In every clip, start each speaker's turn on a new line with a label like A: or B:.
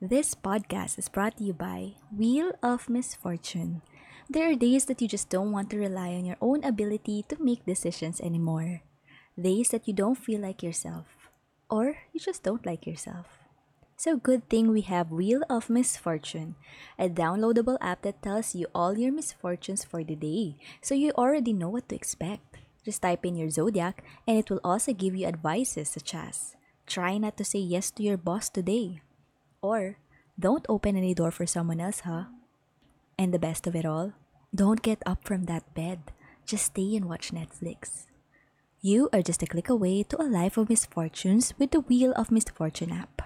A: This podcast is brought to you by Wheel of Misfortune. There are days that you just don't want to rely on your own ability to make decisions anymore. Days that you don't feel like yourself. Or you just don't like yourself. So good thing we have Wheel of Misfortune, a downloadable app that tells you all your misfortunes for the day, so you already know what to expect. Just type in your zodiac and it will also give you advices such as try not to say yes to your boss today or don't open any door for someone else, huh? And the best of it all, don't get up from that bed. Just stay and watch Netflix. You are just a click away to a life of misfortunes with the Wheel of Misfortune app.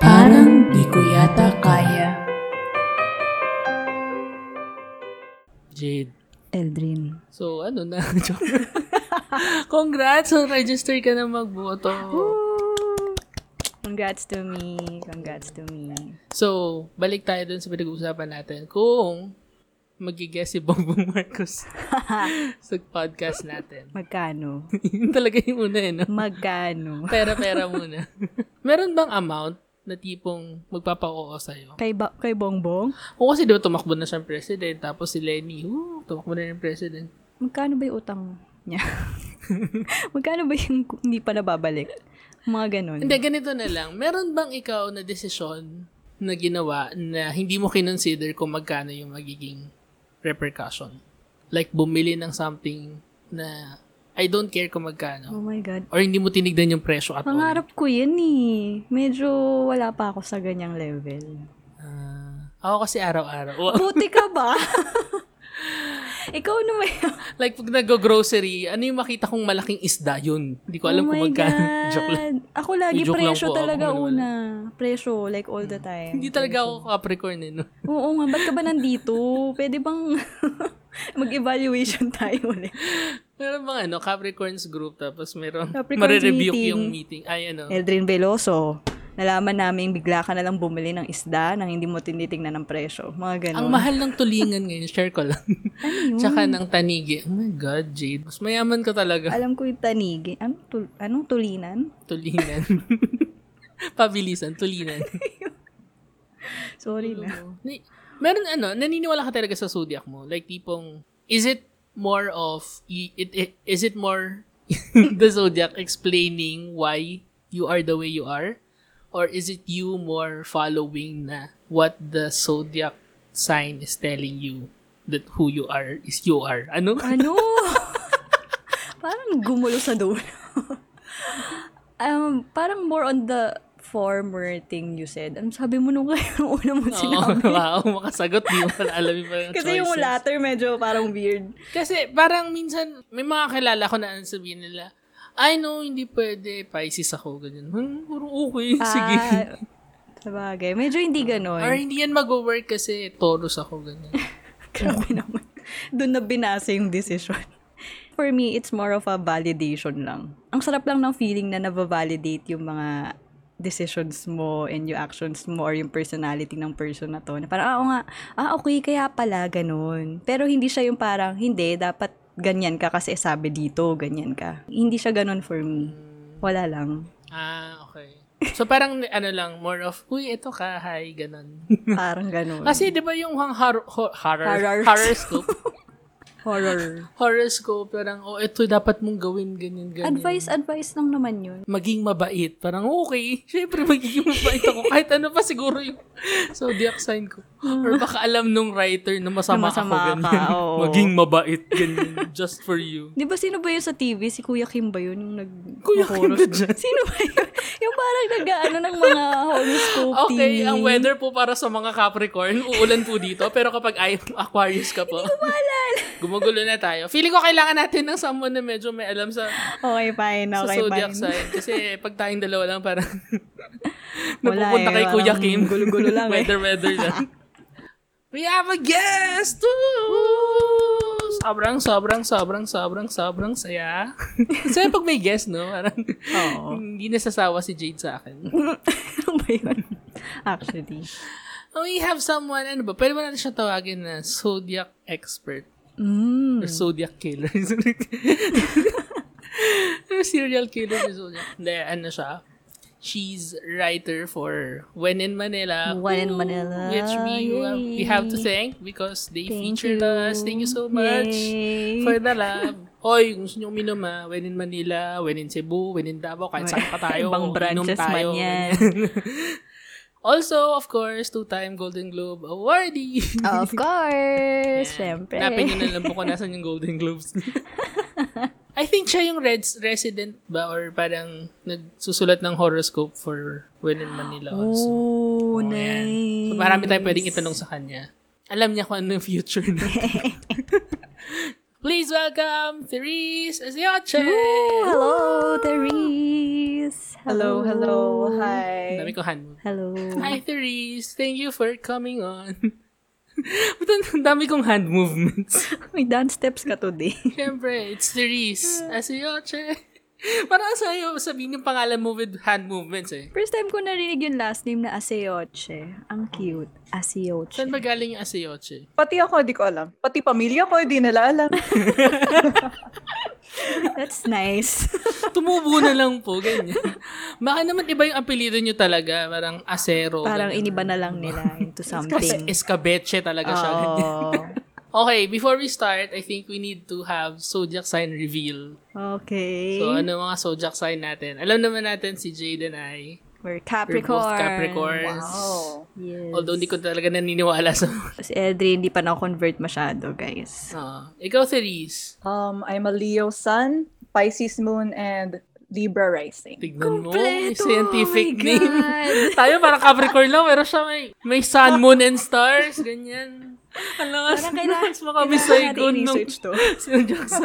B: Parang di ko yata kaya.
C: Jade.
D: Eldrin.
C: So, ano na? Joke. Congrats! So, register ka na magboto.
D: Congrats to me. Congrats to me.
C: So, balik tayo dun sa pinag-uusapan natin kung magigess si Bongbong Marcos sa podcast natin.
D: Magkano?
C: Yun talaga yung una eh, no?
D: Magkano?
C: Pera-pera muna. Meron bang amount na tipong magpapa-oo sa'yo?
D: Kay, ba- kay Bongbong?
C: O kasi di ba tumakbo na siyang president, tapos si Lenny, woo, tumakbo na ng president.
D: Magkano ba yung utang niya? Magkano ba yung ku- hindi pa nababalik? Mga ganun.
C: Hindi, ganito na lang. Meron bang ikaw na desisyon na ginawa na hindi mo kinonsider kung magkano yung magiging repercussion? Like, bumili ng something na I don't care kung
D: Oh
C: magkano.
D: my God. Oh.
C: Or hindi mo tinignan yung presyo at all.
D: Pangarap ko yun eh. Medyo wala pa ako sa ganyang level.
C: Ah, ako kasi araw-araw. Wa-
D: Puti ka ba? Ikaw naman.
C: like, pag nag-grocery, ano yung makita kong malaking isda yun? Hindi ko alam
D: oh
C: kung
D: my
C: magkano.
D: God.
C: Joke lang.
D: Ako lagi
C: I-joke lang
D: presyo
C: po ako,
D: talaga
C: ganun.
D: una. Presyo, like all the time.
C: Hindi talaga ako Capricorn eh, no?
D: Oo nga, ba't ka ba nandito? Pwede bang mag-evaluation tayo ulit?
C: Meron bang ano, Capricorns group, tapos meron,
D: Capricorns
C: marirebuke
D: meeting.
C: yung meeting. Ay, ano.
D: Eldrin Veloso, nalaman namin bigla ka nalang bumili ng isda nang hindi mo tinitingnan ng presyo. Mga
C: Ang
D: ganun.
C: mahal ng tulingan ngayon, share ko lang. Tsaka ng tanigi. Oh my God, Jade. Mas mayaman ka talaga.
D: Alam ko yung tanigi. Anong, tul- anong tulinan?
C: Tulingan. Pabilisan, tulingan.
D: Sorry na.
C: Ni- Meron ano, naniniwala ka talaga sa zodiac mo? Like tipong, is it more of, i- it, it- is it more the zodiac explaining why you are the way you are? Or is it you more following na what the zodiac sign is telling you that who you are is you are? Ano?
D: Ano? parang gumulo sa dulo. um, parang more on the former thing you said. Ano sabi mo nung kayo nung una mo
C: Oo,
D: sinabi?
C: wow, makasagot. Di mo pala alam yung mga
D: Kasi yung
C: choices.
D: latter medyo parang weird.
C: Kasi parang minsan, may mga kilala ko na ang sabihin nila, ay no, hindi pwede, Pisces ako, ganyan. Hmm, puro okay, sige.
D: Ah, sabagay. Medyo hindi
C: Or
D: ganon.
C: hindi yan mag-work kasi Taurus ako, ganyan.
D: Grabe naman. Doon na binasa yung decision. For me, it's more of a validation lang. Ang sarap lang ng feeling na nababalidate yung mga decisions mo and yung actions mo or yung personality ng person na to. Na parang, ah, oo nga, ah, okay, kaya pala, ganun. Pero hindi siya yung parang, hindi, dapat ganyan ka kasi sabi dito, ganyan ka. Hindi siya ganun for me. Wala lang.
C: ah, okay. So parang ano lang, more of, uy, eto ka, hi, ganun.
D: Parang ganun.
C: Kasi di ba yung hang har- ho- horror,
D: Horror.
C: horoscope?
D: horror.
C: horoscope, parang, oh, eto dapat mong gawin, ganyan, ganyan.
D: Advice, advice lang naman yun.
C: maging mabait. Parang, okay, syempre magiging mabait ako. Kahit ano pa siguro yung zodiac sign ko. Or baka alam nung writer na masama,
D: Na masama
C: ako.
D: ka,
C: Ganyan.
D: oo.
C: Maging mabait, ganyan. Just for you.
D: Di ba sino ba yun sa TV? Si Kuya Kim ba yun yung nag
C: Kuya Kim ba
D: horoscope?
C: dyan?
D: Sino ba yun? yung parang nag-ano ng mga horoscope
C: Okay,
D: TV.
C: ang weather po para sa mga Capricorn, uulan po dito. Pero kapag ay, Aquarius ka po, gumugulo na tayo. Feeling ko kailangan natin ng someone na medyo may alam sa,
D: Okay, fine.
C: sa
D: Okay,
C: zodiac
D: fine.
C: sign. Kasi pag tayong dalawa lang, parang
D: Wala
C: napupunta
D: eh,
C: kay Kuya
D: parang
C: Kim.
D: gulo-gulo lang eh.
C: Weather-weather lang. We have a guest! Woo! Sobrang, sobrang, sobrang, sobrang, sobrang saya. Saya pag may guest, no? Parang
D: Oo.
C: hindi nasasawa si Jade sa akin.
D: ano ba yun? Actually.
C: we have someone, ano ba, pwede ba natin siya tawagin na zodiac expert
D: Mm.
C: or zodiac killer? Serial killer ni zodiac. Hindi, ano siya, she's writer for When in Manila.
D: When in
C: ooh,
D: Manila,
C: Which we, uh, we have to thank because they featured us. Thank you so much
D: Yay.
C: for the love. Hoy, kung gusto nyo uminom ah, when in Manila, when in Cebu, when in Davao, kahit saan pa tayo,
D: Ibang
C: inom
D: branches man
C: tayo,
D: yan.
C: Also, of course, two-time Golden Globe awardee.
A: Of course, syempre.
C: Napin nyo na lang po kung nasan yung Golden Globes. I think siya yung res- resident ba or parang nagsusulat ng horoscope for When in Manila also.
D: Oh,
C: Oo, yan. So, marami tayong pwedeng itanong sa kanya. Alam niya kung ano yung future natin. Please welcome Therese Asioche!
A: Hello, Therese!
D: Hello, hello. Hi.
C: Dami ko hand
A: Hello.
C: Hi, Therese. Thank you for coming on. Ba't ang- ang dami kong hand movements?
D: May dance steps ka today.
C: Siyempre, it's Therese. Asiyoche. Parang sa'yo, sabihin yung pangalan mo with hand movements eh.
D: First time ko narinig yung last name na Aseoche. Ang cute. Aseoche.
C: Saan ba galing yung Asiyoche?
E: Pati ako, di ko alam. Pati pamilya ko, di nila alam.
D: That's nice.
C: Tumubo na lang po, ganyan. Baka naman iba yung apelido nyo talaga. Parang Acero.
D: Parang
C: ganyan.
D: iniba na lang nila into
C: Kasi
D: something.
C: escabeche talaga siya. ganyan.
D: Oh.
C: Okay, before we start, I think we need to have zodiac sign reveal.
D: Okay.
C: So, ano mga zodiac sign natin? Alam naman natin si Jaden ay
D: We're
C: We're
D: Capricorn.
C: both Capricorns.
D: Yes.
C: Although hindi ko talaga naniniwala sa...
D: Si Edrin, hindi pa na-convert masyado, guys.
C: Ah, ikaw, Therese.
E: Um, I'm a Leo sun, Pisces moon, and Libra rising.
C: Tignan mo. May
D: Kompleto!
C: scientific
D: Oh my
C: name.
D: God!
C: Tayo parang Capricorn lang, pero siya may, may sun, moon, and stars. Ganyan. Alam nga,
D: Parang kailangan-
C: mas makami sa
D: kailangan natin
C: ikon nung
D: i-research to.
C: sinadyak sa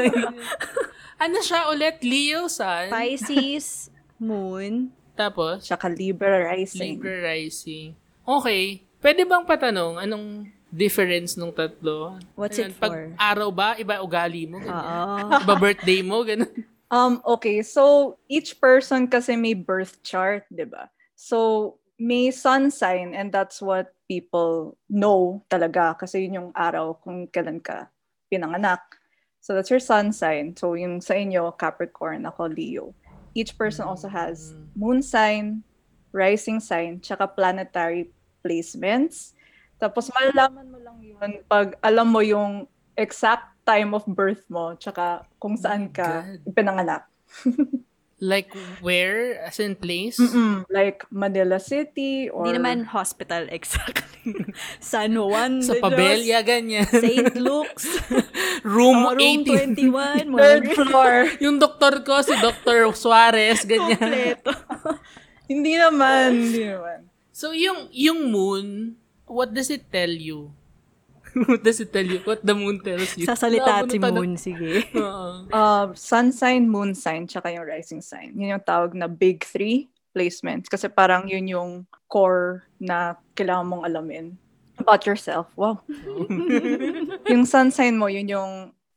C: Ano siya ulit? Leo sun.
D: Pisces, Moon,
C: Tapos,
E: Tsaka Libra rising.
C: Libra rising. Okay. Pwede bang patanong anong difference nung tatlo?
D: What's it
C: Pag
D: for? Ah.
C: araw ba, iba ugali mo? Ganyan.
D: Oo.
C: Iba birthday mo? Ganun.
E: Um, okay, so each person kasi may birth chart, di ba? So, may sun sign and that's what people know talaga kasi yun yung araw kung kailan ka pinanganak. So, that's your sun sign. So, yung sa inyo, Capricorn, ako Leo. Each person also has moon sign, rising sign, tsaka planetary placements. Tapos, malalaman mo lang yun pag alam mo yung exact time of birth mo, tsaka kung saan ka
C: God.
E: pinanganak.
C: Like, where? As in place?
E: Mm-mm. Like Manila City or
D: Hindi naman hospital exactly. San Juan
C: Sa
D: de Dios,
C: pabelya, ganyan.
D: St. Luke's,
C: room
D: oh, room
C: 18.
D: 21,
E: third
D: mga
E: floor.
C: Yung doktor ko, si Dr. Suarez, ganyan.
D: kompleto.
E: hindi naman. Hindi naman.
C: So, yung, yung moon, what does it tell you? what does it tell you? What the moon tells you?
D: Sasalita
C: Labo
D: si
C: na tanong.
D: Moon, sige.
C: Oo.
E: Uh, sun sign, moon sign, tsaka yung rising sign. Yun yung tawag na big three placements. Kasi parang yun yung core na kailangan mong alamin about yourself. Wow. yung sun sign mo, yun yung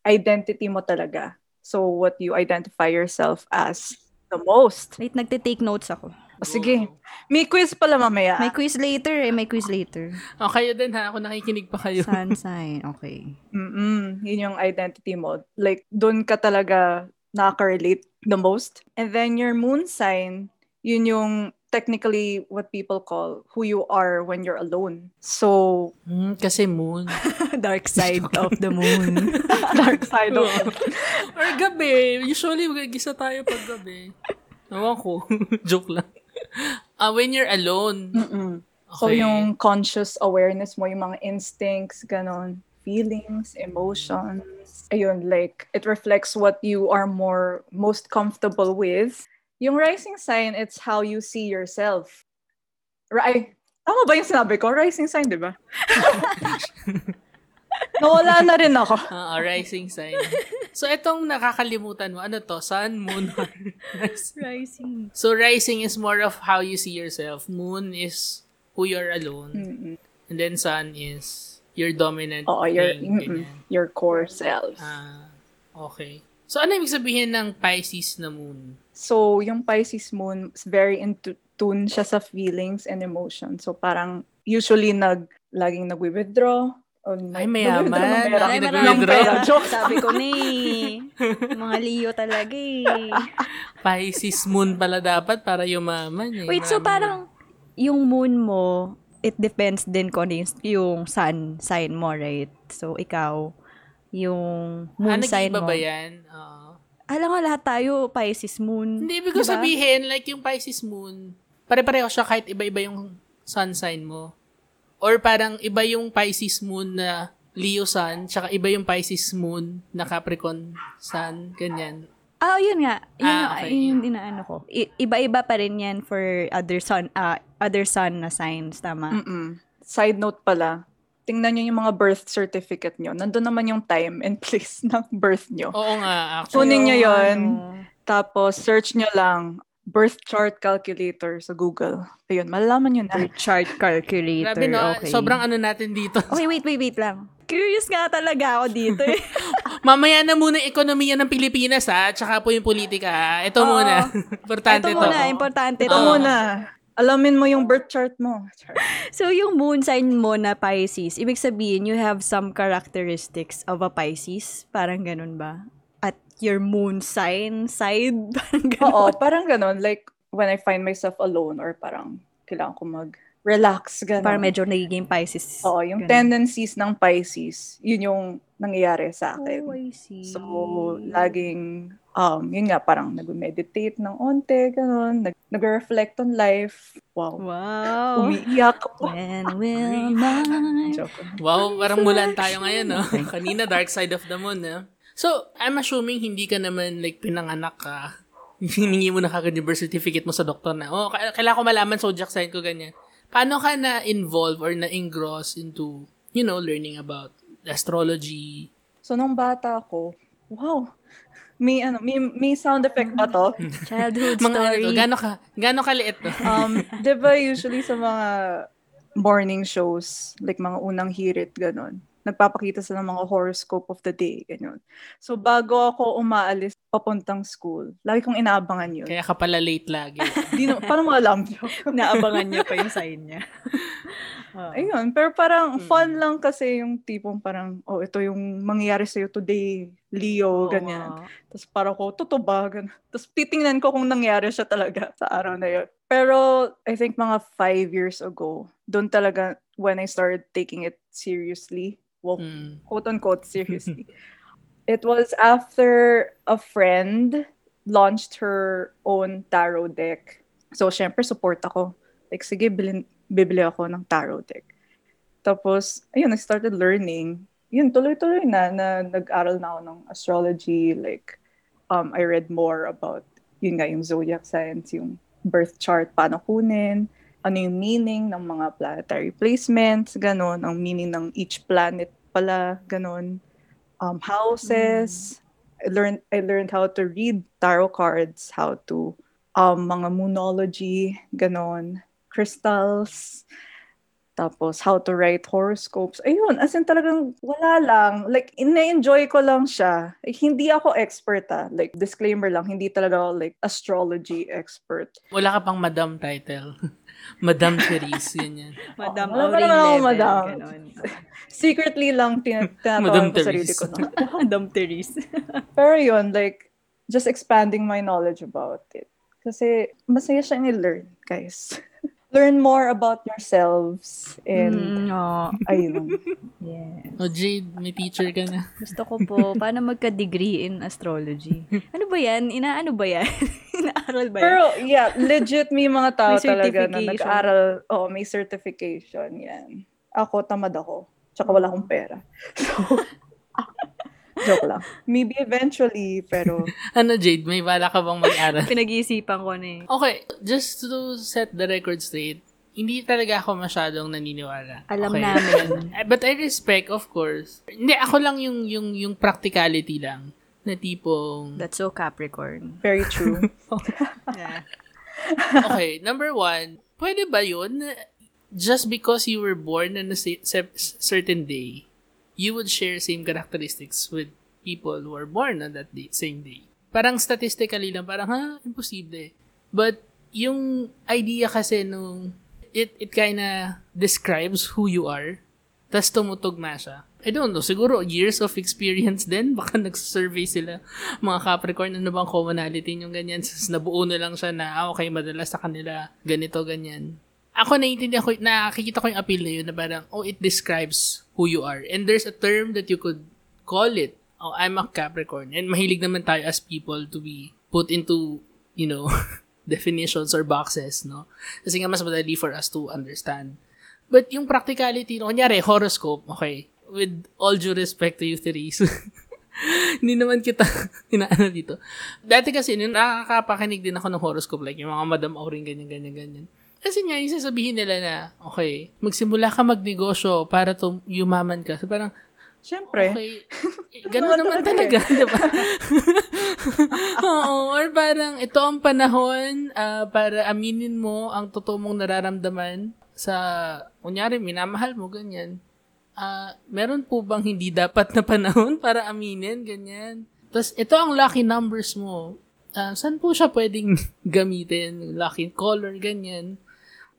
E: identity mo talaga. So, what you identify yourself as the most.
D: Wait, nagte-take notes ako.
E: O, sige. May quiz pala mamaya.
D: May quiz later eh, may quiz later.
C: Oh, kayo din ha, ako nakikinig pa kayo.
D: Sun sign, okay.
E: Mm-mm. Yun yung identity mo. Like, doon ka talaga nakaka-relate the most. And then your moon sign, yun yung technically what people call who you are when you're alone. So,
C: Hmm, kasi moon.
D: Dark side of the moon.
E: dark side of
C: Or gabi. Usually, gisa tayo pag gabi. Nawa ko. Joke lang. Ah, when you're alone.
D: Mm,
E: Mm-mm. So, yung conscious awareness mo, yung mga instincts, ganon, feelings, emotions. Ayun, like, it reflects what you are more, most comfortable with. Yung rising sign, it's how you see yourself. Right? Tama ba yung sinabi ko? Rising sign, di ba? Nawala na rin ako.
C: Ah, ah, rising sign. So, itong nakakalimutan mo, ano to? Sun, moon, or rising?
D: Rising.
C: So, rising is more of how you see yourself. Moon is who you're alone.
E: Mm-mm.
C: And then sun is your dominant
E: Oo, your,
C: thing,
E: mm-mm,
C: ganyan.
E: your core self.
C: Ah, okay. So, ano ibig sabihin ng Pisces na moon?
E: So, yung Pisces moon is very intu- tune siya sa feelings and emotions. So parang usually nag laging nagwi-withdraw. or
C: Ay,
E: nag-
C: mayaman.
E: nag-withdraw ng pera.
C: Ay, maraming
D: Ay, maraming
C: nag-withdraw.
D: pera. Joke. Sabi ko na eh. Mga Leo talaga eh.
C: Pisces moon pala dapat para yumaman eh.
D: Wait, so
C: Mayaman
D: parang yung moon mo, it depends din kung ano yung- yung sun sign mo, right? So, ikaw, yung
C: yun. ah,
D: moon sign
C: nag-iba
D: mo.
C: ba yan? Oo.
D: Alam ko, lahat tayo, Pisces moon.
C: Hindi, ibig ko
D: Diba?
C: sabihin, like yung Pisces moon, pare-pareho siya kahit iba-iba yung sun sign mo. Or parang iba yung Pisces moon na Leo sun, tsaka iba yung Pisces moon na Capricorn sun, ganyan.
D: Ah, yun nga. Yun,
C: Ah,
D: nga,
C: okay.
D: yun yung inaano ko. I- iba-iba pa rin yan for other sun, ah, other sun na signs,
C: Mm.
D: tama?
E: Mm-mm. Side note pala, tingnan nyo yung mga birth certificate nyo. Nandun naman yung time and place ng birth nyo.
C: Oo nga, actually.
E: Kunin nyo
D: Yung
E: yun.
D: ano.
E: Tapos search nyo lang birth chart calculator sa Google. Ayun, malalaman nyo na.
D: Your chart calculator.
C: Grabe no,
D: okay.
C: sobrang ano natin dito.
D: Okay, wait, wait, wait lang. Curious nga talaga ako dito eh.
C: Mamaya na muna yung ekonomiya ng Pilipinas ha, tsaka po yung politika ha. Ito
D: Oo.
C: muna. Importante
D: Ito
C: to.
D: muna, importante
E: Ito
D: to.
E: muna. Alamin mo yung birth chart mo.
D: So, yung moon sign mo na Pisces, ibig sabihin, you have some characteristics of a Pisces. Parang ganun ba? At your moon sign side, parang ganun.
E: Oo, parang ganun. Like, when I find myself alone or parang kailangan ko mag-relax, ganun.
D: Parang medyo nagiging Pisces.
E: Oo, yung
D: Ganun.
E: tendencies ng Pisces, yun yung nangyayari sa akin.
D: Oh, I see.
E: So, laging, um, yun nga, parang nag-meditate ng onte, ganun, nag- nag-reflect on life. Wow. Oh.
D: Wow.
E: Umiiyak.
D: When will my...
E: Joke.
C: Wow, parang mulan tayo ngayon, no? Kanina, Dark Side of the Moon, no? So, I'm assuming hindi ka naman, like, pinanganak ka. Hiningi mo na kagad yung birth certificate mo sa doktor na, oh, k- kailangan ko malaman zodiac sign ko, ganyan. Paano ka na-involve or na-engross into, you know, learning about astrology?
E: So, nung bata ako, wow, may, ano, may, may sound effect ba to?
D: Childhood
C: Mga ano
D: story.
C: to, gano'n ka, gano'n ka liit to?
E: Um, di ba usually sa mga morning shows, like mga unang hirit, ganun, nagpapakita sila ng mga horoscope of the day, ganun. So, bago ako umaalis papuntang school, lagi kong inaabangan yun.
C: Kaya ka pala late lagi.
E: Di na, paano mo alam?
D: Naabangan niya pa yung sign niya. Oo.
E: Ayun, pero parang fun lang kasi yung tipong parang, oh, ito yung mangyayari sa'yo today,
D: Oo
E: Leo, ganyan.
D: nga.
E: Tapos parang ko, totoo ba? Ganun. Tapos titingnan ko kung nangyari siya talaga sa araw na yun. Pero I think mga five years ago, doon talaga when I started taking it seriously, well,
C: Mm.
E: quote-unquote seriously, it was after a friend launched her own tarot deck. So, syempre, support ako. Like, sige, bilin, bibili ako ng tarot deck. Tapos, ayun, I started learning. Yun, tuloy-tuloy na, na nag-aral na ako ng astrology. Like, um, I read more about, yun nga, yung zodiac signs, yung birth chart, paano kunin, ano yung meaning ng mga planetary placements, ganun, ang meaning ng each planet pala, ganun. Um, houses, I learned I learned how to read tarot cards, how to um mga moonology, ganon, crystals, tapos how to write horoscopes. Ayun, as in talagang wala lang. Like, ina-enjoy ko lang siya. Eh, hindi ako expert ah. Like, disclaimer lang, hindi talaga ako like astrology expert.
C: Wala ka pang madam title. madam Therese, ganyan.
D: Madam
E: Wala pa
D: Auring
E: naman ako,
D: level.
E: Madam.
D: ganun.
E: Secretly lang tin-
C: Madam
E: tinatawag ko sarili
C: Therese.
E: ko na.
D: Madam Therese.
E: Pero yun, like, just expanding my knowledge about it. Kasi masaya siya ni-learn, guys. Learn more about yourselves
D: Mm,
E: and
D: oo.
E: ayun.
D: Yeah.
C: O Oh, Jade, may teacher ka na.
D: Gusto ko po, paano magka-degree in astrology? Ano ba yan? Inaano ba yan? Inaaral ba yan?
E: Pero yeah, legit may mga tao
D: May
E: talaga na
D: certification.
E: nag-aaral. Oo, may certification. Yan. Ako, tamad ako. Tsaka wala akong pera. So, joke lang. Maybe eventually, pero
C: Ano Jade, may bala ka bang mag-aral?
D: Pinag-iisipan ko na eh.
C: Okay, just to set the record straight, hindi talaga ako masyadong naniniwala.
D: Alam
C: okay?
D: namin.
C: Eh, But I respect, of course. Hindi, ako lang yung, yung, yung practicality lang. Na tipong,
D: That's so Capricorn.
E: very true.
D: Yeah.
C: okay, number one, pwede ba yun na just because you were born on a se- se- certain day, you would share same characteristics with people who are born on that day, same day. Parang statistically lang, parang, ha, imposible. But yung idea kasi nung it it kinda describes who you are tas tumutugma siya. I don't know, siguro years of experience din. Baka nagsurvey sila mga Capricorn, ano bang commonality yung ganyan. Tapos nabuo na lang siya na, ah, okay, madalas sa kanila, ganito, ganyan. Ako naiintindihan ko, nakikita ko yung appeal na yun na parang, oh, it describes who you are. And there's a term that you could call it. Oh, I'm a Capricorn. And mahilig naman tayo as people to be put into, you know, definitions or boxes, no? Kasi nga mas madali for us to understand. But yung practicality, no, kunyari, horoscope, okay, with all due respect to you, Therese, hindi naman kita inaano dito. Dati kasi, nung nakakapakinig din ako ng horoscope, like yung mga Madam Auring, ganyan, ganyan, ganyan. Kasi nga, yung sasabihin nila na, okay, magsimula ka magnegosyo para tum- yumaman ka. So parang,
E: Siyempre.
C: Okay. Eh, Ganun naman talaga, di ba? Oo, or parang ito ang panahon ah, para aminin mo ang totoo mong nararamdaman sa, kunyari, minamahal mo, ganyan. Ah, meron po bang hindi dapat na panahon para aminin, ganyan? Tapos, ito ang lucky numbers mo. Ah, saan po siya pwedeng gamitin? Lucky color, ganyan.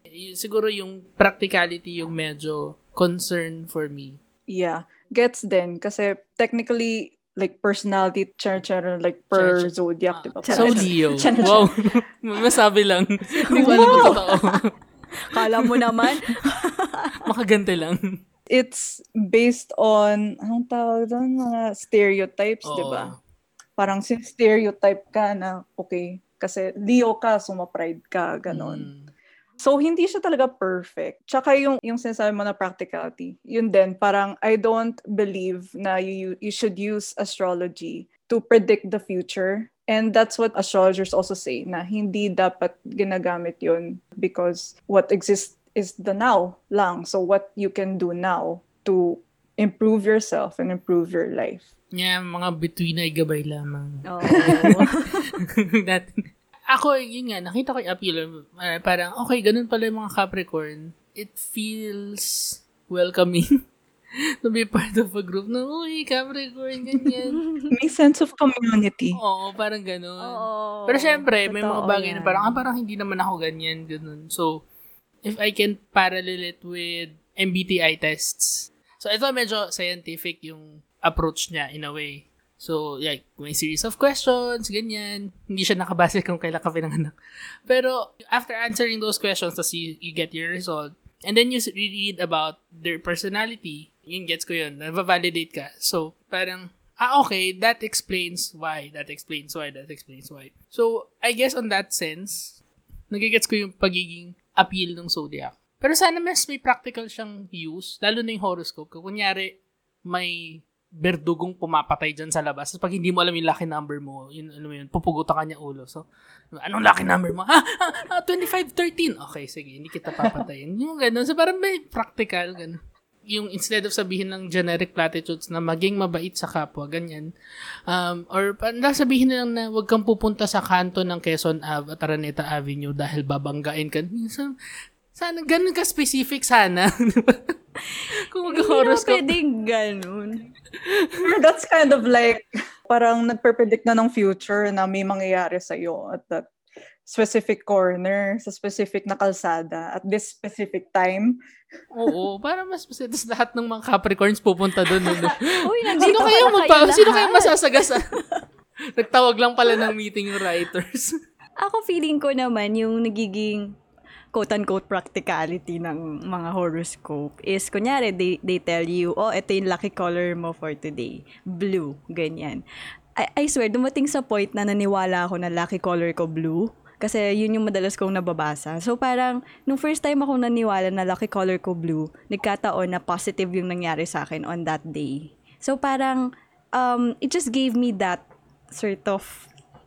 C: Eh, Siguro yung practicality yung medyo concern for me.
E: Yeah. Gets din. Kasi technically, like personality, channel, channel, like per
C: Channel-
E: zodiac, diba?
C: So,
E: Parang-
C: Leo.
E: Channel-
C: Wow. Masabi lang. Hindi ko alam kung totoo.
D: Kala mo naman,
C: Makagante lang.
E: It's based on, anong tawag doon? Mga stereotypes,
C: Oo.
E: diba? Parang sin stereotype ka na, okay, kasi Leo ka, so ma-pride ka, ganon.
C: Mm.
E: So, hindi siya talaga perfect. Tsaka yung, yung sinasabi mo na practicality, yun din, parang I don't believe na you, you should use astrology to predict the future. And that's what astrologers also say, na hindi dapat ginagamit yun because what exists is the now lang. So, what you can do now to improve yourself and improve your life.
C: Yeah, mga between ay gabay lamang.
D: oh,
C: Natin. Ako, yun nga, nakita ko yung appeal. Ah, parang, okay, ganun pala yung mga Capricorn. It feels welcoming to be part of a group na, uy, Capricorn, ganyan.
E: May sense of community.
C: Oo, parang ganun. Pero syempre, may mga
D: Totoo
C: bagay na
D: yan.
C: parang, ah, parang hindi naman ako ganyan, ganun. So, if I can parallel it with MBTI tests. So, ito medyo scientific yung approach niya in a way. So, like, may series of questions, ganyan. Hindi siya nakabase kung kailan ka pinanganak. Pero, after answering those questions, tas you, you get your result. And then you s- read about their personality. Yun, gets ko yun. Nababalidate ka. So, parang, ah, okay, that explains why, that explains why, that explains why. So, I guess on that sense, nagigets ko yung pagiging appeal ng Zodiac. Pero sana mas may practical siyang use, lalo na yung horoscope. Kung kunyari, may berdugong pumapatay dyan sa labas. Tapos pag hindi mo alam yung lucky number mo, yun, ano mo yun, pupugutan ka niya ulo. So, anong lucky number mo? Ha? Ah, ah, 25, 13. Okay, sige, hindi kita papatayin. yung gano'n. So, parang may practical, gano'n. Yung instead of sabihin ng generic platitudes na maging mabait sa kapwa, ganyan. Um, or parang sabihin na lang na huwag kang pupunta sa kanto ng Quezon Ave at Araneta Avenue dahil babanggain ka. Minsan, sana ganun ka specific sana. Kung
D: Hindi naman
C: mag-horoscope.
D: pwedeng ganun.
E: That's kind of like, parang nagpe-predict na ng future na may mangyayari sa'yo at that specific corner, sa specific na kalsada, at this specific time.
C: Oo, para mas masaya. Tapos lahat ng mga Capricorns pupunta doon. Ano?
D: Uy, nandito
C: sino kayo
D: pala
C: magpa-
D: kayo
C: sino kayo
D: lahat.
C: masasagasa? Nagtawag lang pala ng meeting yung writers.
D: Ako feeling ko naman yung nagiging quote-unquote practicality ng mga horoscope is, kunyari, they, they tell you, oh, ito yung lucky color mo for today. Blue, ganyan. I, I swear, dumating sa point na naniwala ako na lucky color ko blue. Kasi yun yung madalas kong nababasa. So parang, nung first time ako naniwala na lucky color ko blue, nagkataon na positive yung nangyari sa akin on that day. So parang, um, it just gave me that sort of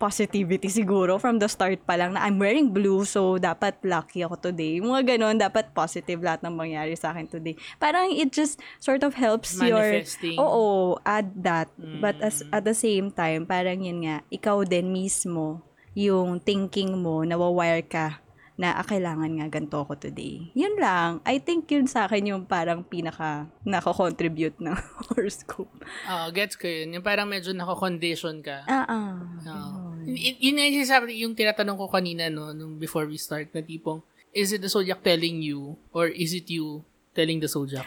D: positivity siguro from the start pa lang na I'm wearing blue so dapat lucky ako today. Yung Mga ganun, dapat positive lahat ng mangyari sa akin today. Parang it just sort of helps
C: Manifesting.
D: your... Oo, add that. But as, at the same time, parang yun nga, ikaw din mismo, yung thinking mo, nawawire ka na ah, kailangan nga ganito ako today. Yun lang. I think yun sa akin yung parang pinaka nakakontribute ng horoscope.
C: Oo, gets ko yun. Yung parang medyo nako-condition ka.
D: Ah, ah.
C: Oo.
D: Yun.
C: Y- yun nga yung sinasabi, yung tinatanong ko kanina, no, nung before we start, na tipong, is it the Zodiac telling you, or is it you telling the Zodiac?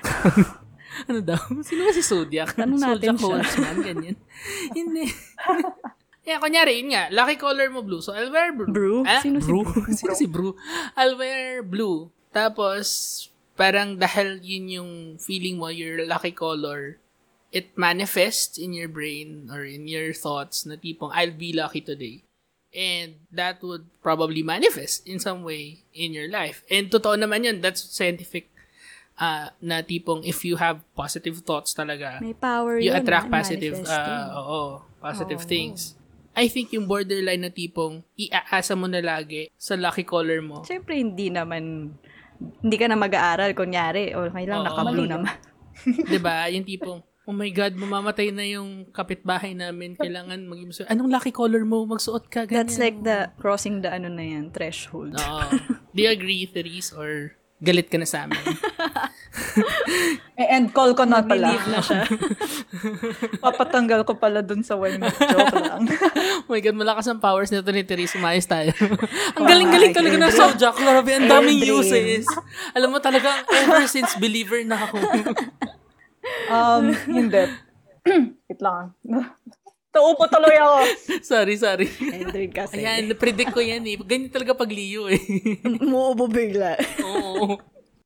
C: ano daw? Sino ba si Zodiac?
D: Tanong natin
C: Zodiac
D: siya.
C: Horseman, ganyan. Hindi. yeah, kunyari, yun nga, lucky color mo blue. So, I'll wear blue.
D: Brew?
C: Ah,
D: Sino si
C: brew? Sino si Brew? I'll wear blue. Tapos, parang dahil yun yung feeling mo, your lucky color, it manifests in your brain or in your thoughts na tipong, I'll be lucky today. And that would probably manifest in some way in your life. And totoo naman yun, that's scientific uh, na tipong if you have positive thoughts talaga,
A: May power
C: you
A: yun, ah,
C: attract positive
A: manifesting.
C: uh, oo, positive
A: Oo.
C: things. I think yung borderline na tipong iaasa mo na lagi sa lucky color mo.
D: Siyempre, hindi naman, hindi ka na mag-aaral, kunyari. O,
C: Oo.
D: kailang naka-blue
C: Mali.
D: naman.
C: 'Di ba? Yung tipong Oh my God, mamamatay na yung kapitbahay namin. Kailangan maging masaya. Anong lucky color mo? Magsuot ka, ganyan.
D: That's like the crossing the ano na yan, threshold.
C: Oo. Do you agree, Therese? Or galit ka na sa amin?
E: Eh, And call ko na pala.
D: Believe na siya.
E: Papatanggal ko pala dun sa one minute. Joke lang.
C: oh my God, malakas ang powers nito ni Therese. Umayos tayo. ang galing-galing talaga ng subject. Grabe, ang daming
E: Every-
C: uses. Alam mo talagang ever since believer na ako.
E: Um, hindi. Wait lang. Naupo tuloy ako.
C: sorry, sorry.
D: Android kasi.
C: Ayan, predict ko yan eh. Ganyan talaga pag Leo eh.
D: Muubo bigla.
C: Oo.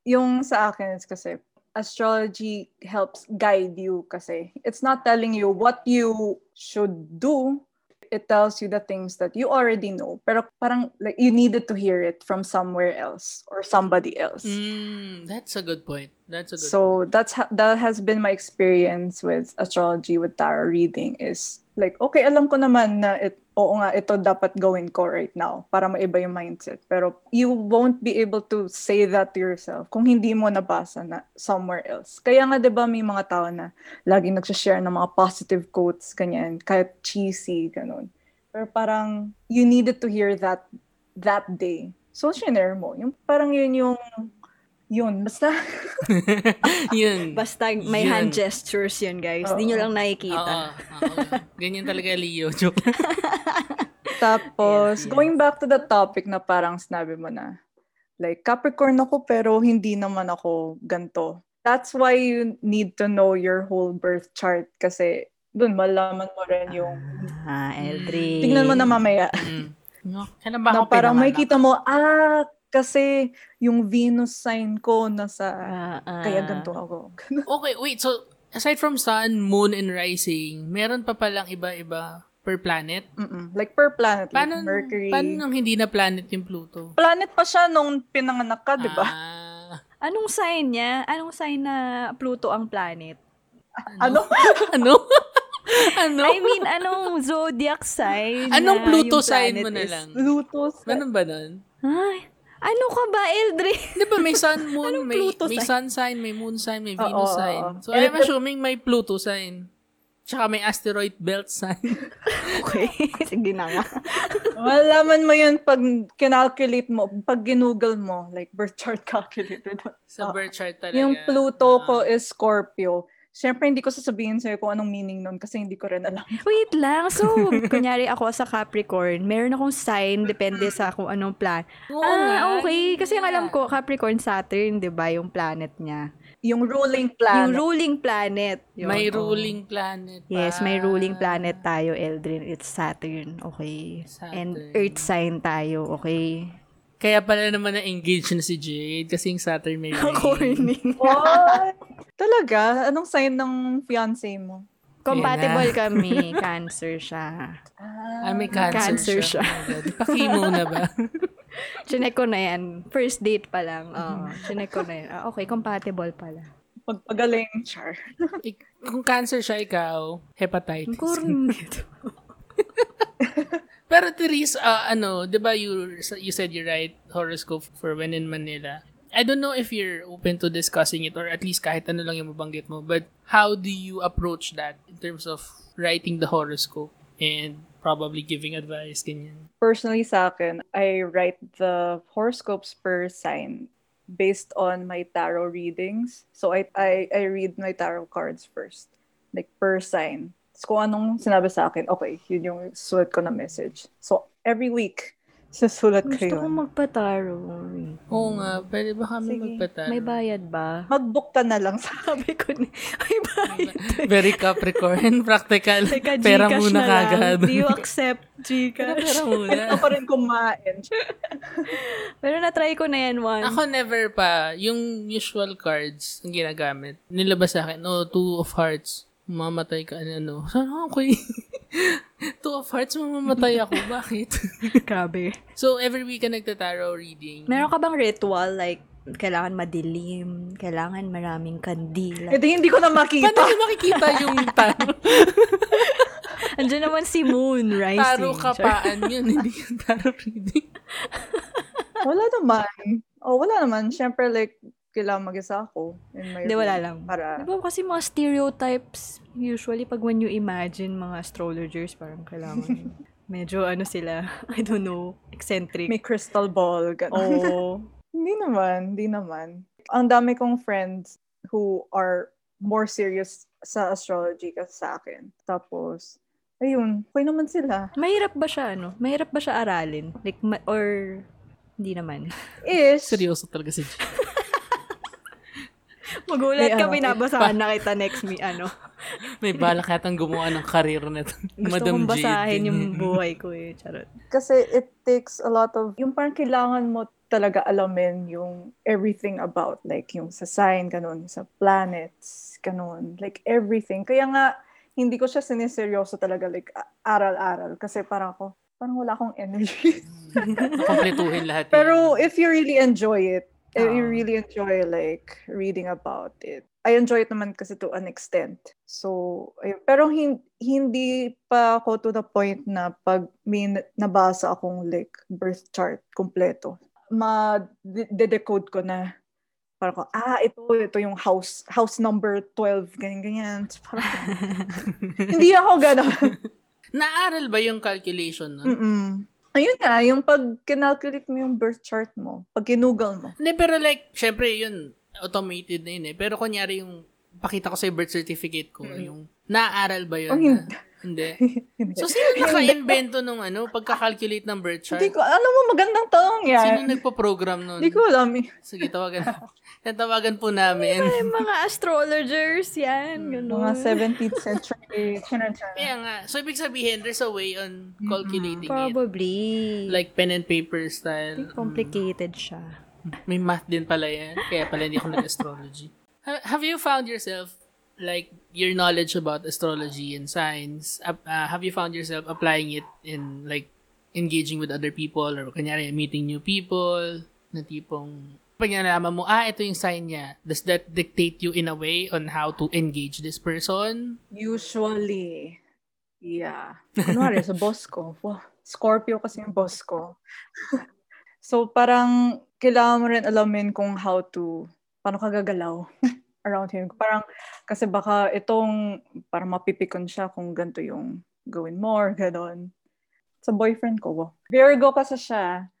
E: Yung sa akin is kasi, astrology helps guide you kasi. It's not telling you what you should do. It tells you the things that you already know. Pero parang like, you needed to hear it from somewhere else or somebody else.
C: Mm, that's a good point. That's a good
E: so that's ha- that has been my experience with astrology with tarot reading is like okay alam ko naman na it oo nga ito dapat gawin ko right now para maiba yung mindset pero you won't be able to say that to yourself kung hindi mo nabasa na somewhere else kaya nga 'di ba may mga tao na lagi nagsha-share ng mga positive quotes ganyan kahit cheesy ganun pero parang you needed to hear that that day so shinare mo yung parang yun yung yun basta
C: Yun.
D: Basta may
C: Yun.
D: hand gestures yun, guys.
E: Oo.
D: Hindi nyo lang
C: Oo,
D: nakikita.
C: oo. Ganyan talaga Leo. Joke.
E: Tapos,
D: Yes, yes.
E: going back to the topic na parang sinabi mo na, like, Capricorn ako pero hindi naman ako ganto. That's why you need to know your whole birth chart kasi dun malaman mo rin yung...
D: Ah, Eldrin.
E: Tignan mo na mamaya.
C: Mm. No, kailan ba
E: Na
C: ako
E: parang
C: pinanganak?
E: makikita mo, ah, kasi yung Venus sign ko nasa...
D: Ah, ah.
E: Kaya ganto ako.
C: Okay, wait. So, aside from sun, moon, and rising, meron pa palang iba-iba per planet?
E: Mm-mm. like per planet, like
C: Paano,
E: Mercury.
C: paano nung hindi na planet yung Pluto?
E: Planet pa siya nung pinanganak ka, di ba?
C: Ah,
D: Anong sign niya? Anong sign na Pluto ang planet?
E: ano?
C: ano? ano?
D: I mean, anong zodiac sign?
C: Anong
D: na
C: Pluto
D: yung
C: sign
D: planet
C: mo na
D: is-
C: lang?
E: Pluto. sign.
C: Ganun ba nun?
D: Ay, ano ka ba, Eldrin?
C: Di ba may sun, moon,
D: Anong
C: may,
D: Pluto
C: may sun sign, may moon sign, may Venus
E: oo,
C: sign.
E: oo.
C: So,
E: And
C: I'm
E: it-
C: assuming may Pluto sign. Tsaka may asteroid belt sign.
D: Okay, sige na nga.
E: Malaman mo yun pag kinalculate mo, pag ginugol mo, like birth chart calculator.
C: Sa
E: Oo.
C: birth chart talaga.
E: Yung Pluto ko
C: Ah.
E: is Scorpio. Siyempre, hindi ko sasabihin sa'yo kung anong meaning nun kasi hindi ko rin alam.
D: Wait lang. So, kunyari ako sa Capricorn, meron akong sign, depende sa kung anong plan.
C: Oo nga.
D: ah, okay. Kasi
C: Yeah.
D: ang alam ko, Capricorn Saturn, di ba, yung planet niya.
E: Yung ruling
D: Yung
E: planet.
D: ruling planet. Yun,
C: May
D: oo.
C: ruling planet pa.
D: Yes, may ruling planet tayo, Eldrin. It's Saturn, okay? And
C: Saturn.
D: Earth sign tayo, okay?
C: Kaya pala naman na-engage na si Jade kasi yung Saturn may ring.
D: Corning.
E: What? Talaga? Anong sign ng fiancé mo?
D: Compatible kami. Cancer siya.
C: Ah, may cancer,
D: Cancer
C: siya. Oh my God. Pakimo na ba?
D: Chinek ko na yan. First date pa lang. Oo,
C: Mm-hmm.
D: chinek ko na yan. Ah, okay, compatible pala.
E: Pagpagaling, char.
C: Ik- Kung cancer siya, ikaw, hepatitis.
D: Corning.
C: Pero Therese, ah, ano, di ba you, you said you write horoscope for when in Manila? I don't know if you're open to discussing it or at least kahit ano lang yung mabanggit mo, but how do you approach that in terms of writing the horoscope and probably giving advice, ganyan?
E: Personally sa akin, I write the horoscopes per sign based on my tarot readings. So I, I, I read my tarot cards first, like per sign. So, kung anong sinabi sa akin, okay, yun yung sulat ko na message. So, every week, susulat ko
D: Gusto
E: yun.
D: kong magpataro.
C: Oo nga, pwede ba kami
E: Sige.
C: magpatalo?
D: May bayad ba?
E: Mag-book ka na lang sa
D: Sabi ko na, may bayad.
C: Very Capricorn, practical.
D: Teka,
C: Pera
D: Gcash
C: muna
D: na lang.
C: kagad.
D: Do you accept Gcash?
C: Pera muna.
E: Ano pa rin kumain.
D: Pero na-try ko na yan once.
C: Ako never pa. Yung usual cards ang ginagamit. Nilabas sa akin, oh, two of hearts. Mamatay ka, ano, ano. Sabi ko, okay. two of hearts, mamamatay ako. Bakit?
D: Grabe.
C: so, every week ka nagtataro reading.
D: Meron ka bang ritual like kailangan madilim, kailangan maraming kandila.
E: Hindi, hindi ko na
C: Paano
E: makita.
C: mo makikita yung taro?
D: Andiyan naman si Moon rising.
C: taro
D: Char.
C: kapaan yun? Hindi yung taro reading.
E: wala naman. Oh, wala naman. Siyempre, like, kailangan mag-isa ako. in my
D: Hindi,
E: room
D: wala lang.
E: Para,
D: Diba kasi mga stereotypes, usually pag when you imagine mga astrologers, parang kailangan medyo ano sila, I don't know, eccentric.
E: may crystal ball. Ganun.
D: Oo.
E: Hindi naman, hindi naman. Ang dami kong friends who are more serious sa astrology kasi sa akin. Tapos, ayun, okay naman sila.
D: Mahirap ba siya ano? Mahirap ba siya aralin? Like, ma- or hindi naman.
E: Ish,
C: Seryoso talaga si G.
D: Magulat
E: May
D: ka,
E: ano,
D: pinabasaan na kita next me, ano.
C: May balak yatang gumawa ng karir na to.
D: Gusto
C: Madam
D: kong
C: Jade.
D: basahin yung buhay ko eh, charot.
E: kasi it takes a lot of, yung parang kailangan mo talaga alamin yung everything about, like yung sa sign, ganun, sa planets, ganun, like everything. Kaya nga, hindi ko siya siniseryoso talaga, like a- aral-aral, kasi parang ako, parang wala akong energy.
C: Kompletuhin lahat. yun.
E: Pero if you really enjoy it, if you
C: Ah.
E: really enjoy like reading about it, I enjoy it naman kasi to an extent. So, ayun. pero hin- hindi pa ako to the point na pag may n- nabasa akong like birth chart kompleto, ma-decode ko na parang ko, ah, ito, ito yung house, house number 12, ganyan, ganyan. Parang, hindi ako gano'n.
C: Naaral ba yung calculation nun?
E: Mm-mm. Ayun nga, yung pag kinalculate mo yung birth chart mo, pag ginugal mo,
C: Hindi, pero like, syempre yun, automated na yun eh. Pero kunyari yung, pakita ko sa birth certificate ko,
E: Mm.
C: yung, naaral ba yun?
E: Oh, hindi.
C: na- hindi.
E: Hindi.
C: So, sino naka-invento nung ano, pagka-calculate ng birth chart?
E: Hindi ko, ano mo, magandang tanong yan.
C: Sino nagpa-program nun?
E: Hindi ko alam eh.
C: Sige, tawagan na. Tatawagan po namin.
D: Yung mga astrologers, yan, ganun.
E: Mga 17th century,
C: Kaya nga, so ibig sabihin, there's a way on calculating it.
D: Probably.
C: Like pen and paper style.
D: Think complicated siya.
C: May math din pala yan. Kaya pala hindi ako nag-astrology. Ha- Have you found yourself, like, your knowledge about astrology and science, ap- uh, have you found yourself applying it in, like, engaging with other people or kanyari meeting new people na tipong pag nalaman mo, ah, ito yung sign niya, does that dictate you in a way on how to engage this person?
E: Usually, yeah. Kunwari, sa boss ko, wah, Scorpio kasi yung boss ko. so, parang, kailangan mo rin alamin kung how to, paano ka gagalaw around him. Parang, kasi baka itong, parang mapipikon siya kung ganito yung gawin more, ganon. Sa boyfriend ko, wah. Virgo kasi siya.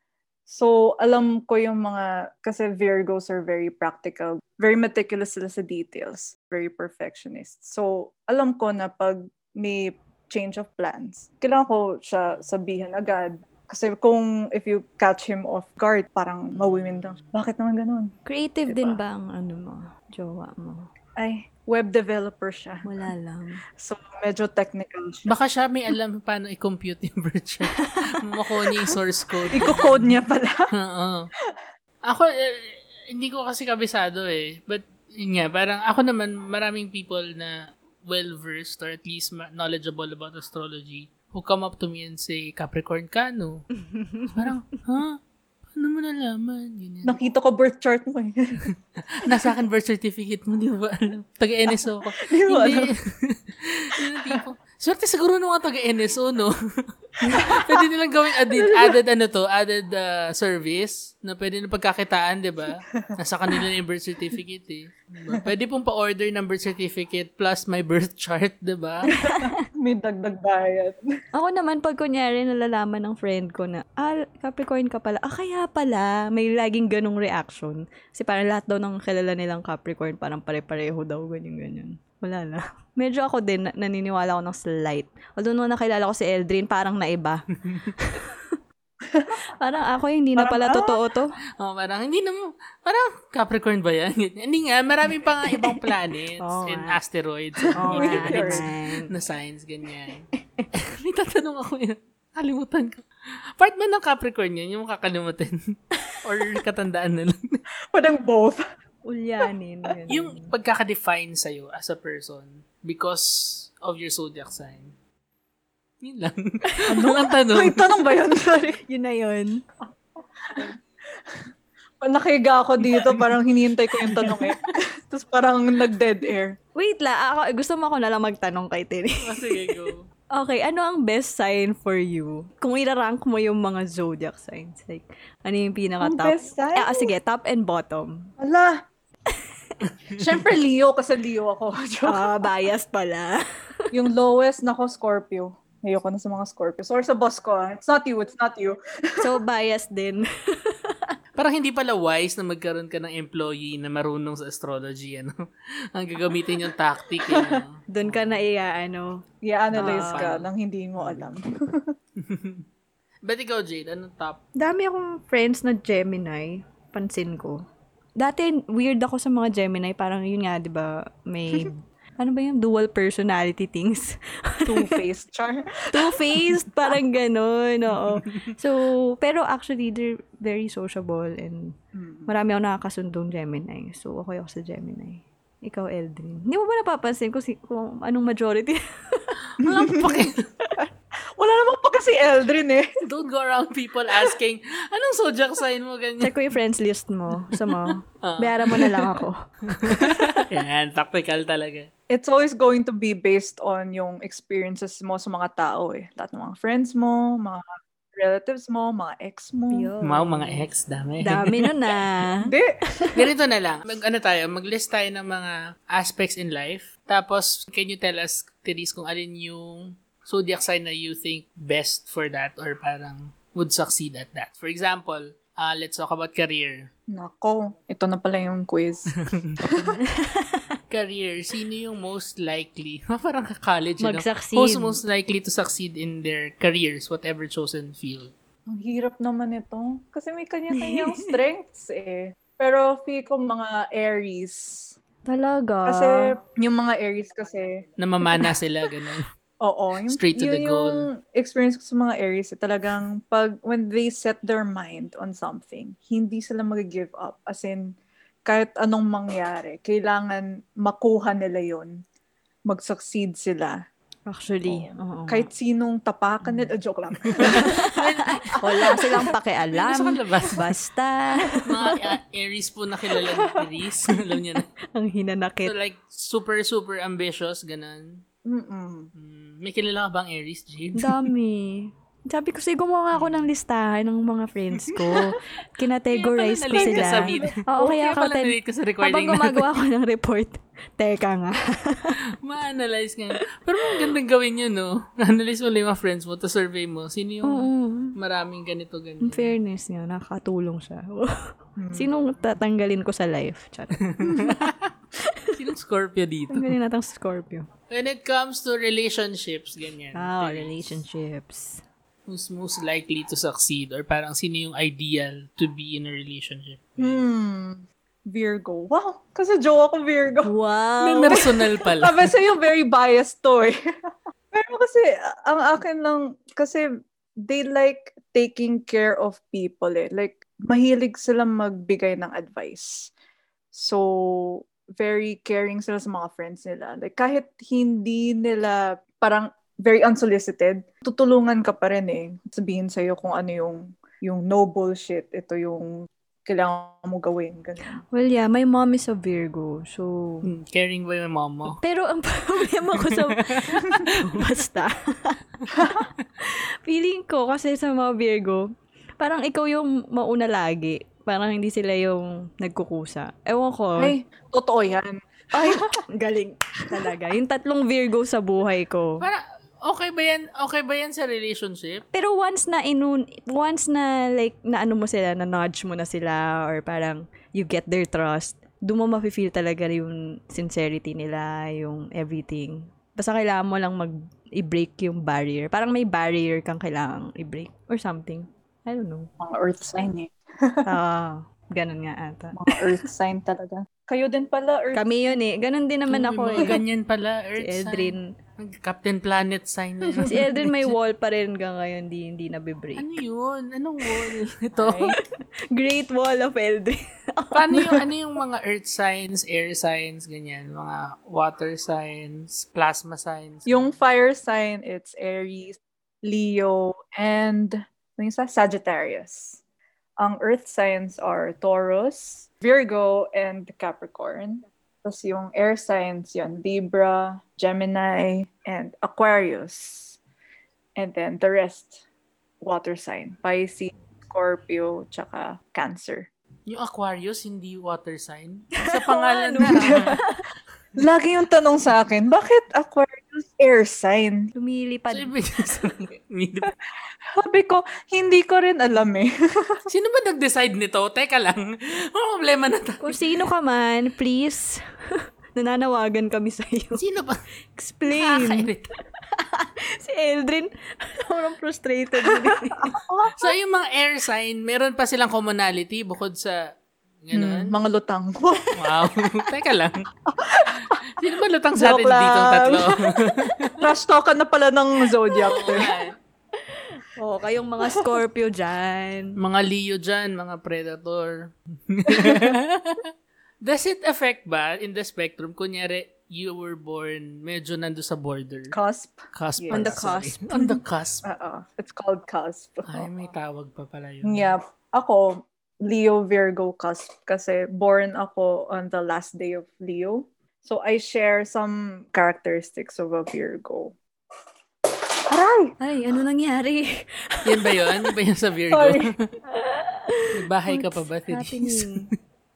E: So, alam ko yung mga, kasi Virgos are very practical. Very meticulous sila sa details. Very perfectionist. So, alam ko na pag may change of plans, kailangan ko siya sabihin agad. Kasi kung if you catch him off guard, parang mawiwin lang. siya. Bakit naman ganun?
D: Creative
E: Diba?
D: din ba ang ano mo, jowa mo?
E: Ay, web developer siya.
D: Wala lang.
E: So, medyo technical siya.
C: Baka siya may alam paano i-compute yung virtue. Makuha niya yung source code.
E: Iko-code niya pala.
C: Oo. Ako, eh, hindi ko kasi kabisado eh. But, yun nga, parang ako naman, maraming people na well-versed or at least ma- knowledgeable about astrology who come up to me and say, Capricorn ka, no? parang, ha? Paano mo nalaman? Ganyan.
E: Nakita ko birth chart mo eh.
C: Nasa akin birth certificate mo, di ba alam? Taga-NSO ko.
E: Di mo alam.
C: Hindi. Yun ang tipo. Swerte siguro nung mga taga-NSO, no? pwede nilang gawin added, added ano to, added uh, service na pwede na pagkakitaan, di ba? Nasa kanila na yung birth certificate, eh. Diba? Pwede pong pa-order ng birth certificate plus my birth chart, di ba?
E: May dagdag bayad.
D: Ako naman, pag kunyari nalalaman ng friend ko na, ah, Capricorn ka pala. Ah, kaya pala. May laging ganong reaction. Kasi parang lahat daw ng kilala nilang Capricorn, parang pare-pareho daw, ganyan-ganyan. Wala na. Medyo ako din, na- naniniwala ako ng slight. Although nung nakilala ko si Eldrin, parang naiba. parang ako hindi na
E: Parang,
D: pala
E: ah.
D: totoo to.
C: Oh, parang hindi naman, parang Capricorn ba yan? hindi nga, marami pa nga ibang planets
D: Oo
C: and
D: nga.
C: asteroids.
D: Oo
E: Oh,
C: and
D: nga
C: planets
D: naman.
C: na signs, ganyan. May tatanong ako yun. Kalimutan ko. Part ba ng Capricorn yun? Yung kakalimutan? Or katandaan na lang?
E: Parang both.
D: Ulyanin. ganun.
C: yung pagkakadefine sa'yo as a person because of your zodiac sign. Yun lang. Ano ang
E: Ay,
C: tanong?
E: tanong ba yun? Sorry.
D: yun na yun.
E: Nakiga ako dito, parang hinihintay ko yung tanong eh. Tapos parang nag-dead air.
D: Wait la, ako, gusto mo ako na lang magtanong kay Tini.
C: Oh, sige, go.
D: Okay, ano ang best sign for you? Kung irarank mo yung mga zodiac signs, like, ano yung pinaka
E: Ang
D: top?
E: best sign?
D: Eh, ah, sige, top and bottom.
E: Ala! Siyempre Leo, kasi Leo ako. Joke.
D: Ah, biased pala.
E: yung lowest, nako, Scorpio. Ayoko na sa mga Scorpio. Sorry sa boss ko. ah. It's not you, it's not you.
D: so, biased din.
C: Parang hindi pala wise na magkaroon ka ng employee na marunong sa astrology, ano? Ang gagamitin yung tactic, eh, ano?
D: Doon ka na iya, ano.
E: I-analyze
C: Ah.
E: ka nang hindi mo alam.
C: But ikaw, Jade, ano top?
D: Dami akong friends na Gemini, pansin ko. Dati, weird ako sa mga Gemini. Parang yun nga, di ba, may... ano ba yung dual personality things?
E: Two-faced char.
D: two-faced, parang ganun, oo. So, pero actually, they're very sociable and marami ako nakakasundong Gemini. So, okay ako sa Gemini. Ikaw, Eldrin. Hindi mo ba napapansin kung, si, kung anong majority?
C: Walang pake.
E: Wala namang pa kasi Eldrin eh.
C: Don't go around people asking, anong zodiac sign mo, ganyan?
D: Check ko yung friends list mo. Gusto mo? Bayaran mo na lang ako.
C: Yan, tactical talaga.
E: It's always going to be based on yung experiences mo sa mga tao eh. Lahat ng mga friends mo, mga relatives mo, mga ex mo.
D: Yun.
C: Wow, mga ex, dami.
D: Dami nun na.
E: Hindi.
C: Ganito na lang. Mag, ano tayo, mag-list tayo ng mga aspects in life. Tapos, can you tell us, Therese, kung alin yung zodiac sign na you think best for that or parang would succeed at that? For example, uh, let's talk about career.
E: Nako, ito na pala yung quiz.
C: Career, sino yung most likely, parang ka-college, you know?
D: Mag-succeed.
C: Who's most likely to succeed in their careers, whatever chosen field?
E: Ang hirap naman ito. Kasi may kanya-kanyang strengths eh. Pero feel ko mga Aries.
D: Talaga.
E: Kasi
C: Ah.
E: yung mga Aries kasi,
C: Namamana sila, ganun.
E: oo. Yung,
C: Straight to
E: yun
C: the goal.
E: Yung experience ko sa mga Aries, eh, talagang pag, when they set their mind on something, hindi sila mag-give up. As in, kahit anong mangyari, kailangan makuha nila yon mag-succeed sila.
D: Actually,
C: Mm.
D: oo.
E: Kahit sinong tapakan nila, joke lang.
D: Wala silang
C: Nasa
D: pakialam.
C: kalabas.
D: Basta.
C: Mga uh, Aries po na kilala ni Therese. Alam niyo na.
D: Ang
C: So
D: hinanakit.
C: like, super, super ambitious, ganun.
E: Mm-mm.
C: Mm, may kilala ka bang Aries, Jade?
D: Dami. Sabi ko, sige, gumawa ako ng listahan ng mga friends ko. Kinategorize
C: Kaya pala
D: ko
C: nalate
D: sila.
C: ka sa bida.
D: Oo, kaya
C: Kaya
D: ako,
C: pala eh.
D: ten,
C: nalate ka sa recording
D: habang
C: natin.
D: gumagawa ako ng report, teka nga.
C: Ma-analyze nga. Pero ang gandang gawin yun, no? Analyze mo lang yung mga friends mo, to survey mo. Sino yung
D: Oo.
C: maraming ganito, ganito.
D: In fairness niya, nakakatulong siya.
C: Mm.
D: Sinong tatanggalin ko sa life? Chat.
C: Sinong Scorpio dito?
D: Tanggalin natin ang Scorpio.
C: When it comes to relationships, ganyan.
D: Ah,
C: Therese,
D: relationships.
C: Who's most likely to succeed? Or parang sino yung ideal to be in a relationship?
E: Hmm. Virgo. Wow, kasi jowa ko Virgo.
C: May
D: Wow!
C: personal pala.
E: Sabi sa'yo, very biased to eh. Pero kasi, ang akin lang, kasi they like taking care of people eh. Like, mahilig sila magbigay ng advice. So, very caring sila sa mga friends nila. Like, kahit hindi nila parang very unsolicited, tutulungan ka pa rin eh. Sabihin sa'yo kung ano yung, yung no bullshit, ito yung kailangan mo gawin. Ganun.
D: Well, yeah, my mom is a Virgo, so...
C: Hmm, Caring ba yung mom mo?
D: Pero ang problema ko sa... Basta. Feeling ko kasi sa mga Virgo, parang ikaw yung mauna lagi. Parang hindi sila yung nagkukusa. Ewan ko.
E: Ay, totoo yan.
D: Ay, galing talaga. Yung tatlong Virgo sa buhay ko.
C: Para, okay ba yan? Okay ba yan sa relationship?
D: Pero once na inun, once na like, na ano mo sila, na nudge mo na sila, or parang you get their trust, doon mo mafe-feel talaga yung sincerity nila, yung everything. Basta kailangan mo lang mag i-break yung barrier. Parang may barrier kang kailangang i-break or something. I don't know.
E: Mga earth sign eh.
D: Ah, ganun nga ata.
E: Mga earth sign talaga. Kayo din pala, earth
D: Kami yun eh. Ganun din naman
C: Yung
D: ako
C: mga
D: eh.
C: Ganyan pala, Earth
D: Si Eldrin.
C: sign. Ang Captain Planet sign.
D: Si Eldrin may wall pa rin hanggang ngayon. Di, hindi nabibreak.
C: Ano yun? Anong wall? Ito?
D: Great wall of Eldrin.
C: Paano yung, ano yung mga earth signs, air signs, ganyan? Mga water signs, plasma signs.
E: Yung fire sign, it's Aries, Leo, and ano yung isa? Sagittarius. Ang earth signs are Taurus, Virgo, and Capricorn. Tapos yung air signs, yun, Libra, Gemini, and Aquarius. And then the rest, water sign, Pisces, Scorpio, tsaka Cancer.
C: Yung Aquarius, hindi water sign. Sa
D: Ano?
C: pangalan na. ah.
E: Lagi yung tanong sa akin, bakit Aquarius air sign?
C: so,
D: Lumilipad.
C: ibig sabihin-
E: Sabi ko, hindi ko rin alam eh.
C: Sino ba nag-decide nito? Teka lang. Mga problema na tayo.
D: Kung sino ka man, please, nananawagan kami sa iyo.
C: Sino ba?
D: Explain.
C: Nakakairita.
D: si Eldrin, sobrang frustrated. na rin.
C: So, yung mga air sign, meron pa silang commonality bukod sa ganun.
E: Mga lutang.
C: Wow. Teka lang. Sino ba lutang sa atin
E: Joke lang.
C: ditong tatlo?
E: Trash talkan na pala ng Zodiac.
C: Oo nga eh.
D: oh, kayong mga Scorpio dyan.
C: mga Leo dyan, mga Predator. Does it affect ba in the spectrum? Kunyari, you were born medyo nando sa border.
E: cusp.
C: Cusp.
E: Yes. On
D: the
C: sorry.
D: cusp.
C: On the cusp.
E: Oo. It's called cusp.
C: Ay, may tawag pa pala yun.
E: Yeah. Ako, Leo Virgo cusp kasi born ako on the last day of Leo. So I share some characteristics of a Virgo. Aray!
D: Ay, ano nangyari?
C: Yan ba yun? Yan ba yun sa Virgo?
E: Sorry.
C: May bahay ka pa ba, Therese?
D: happening?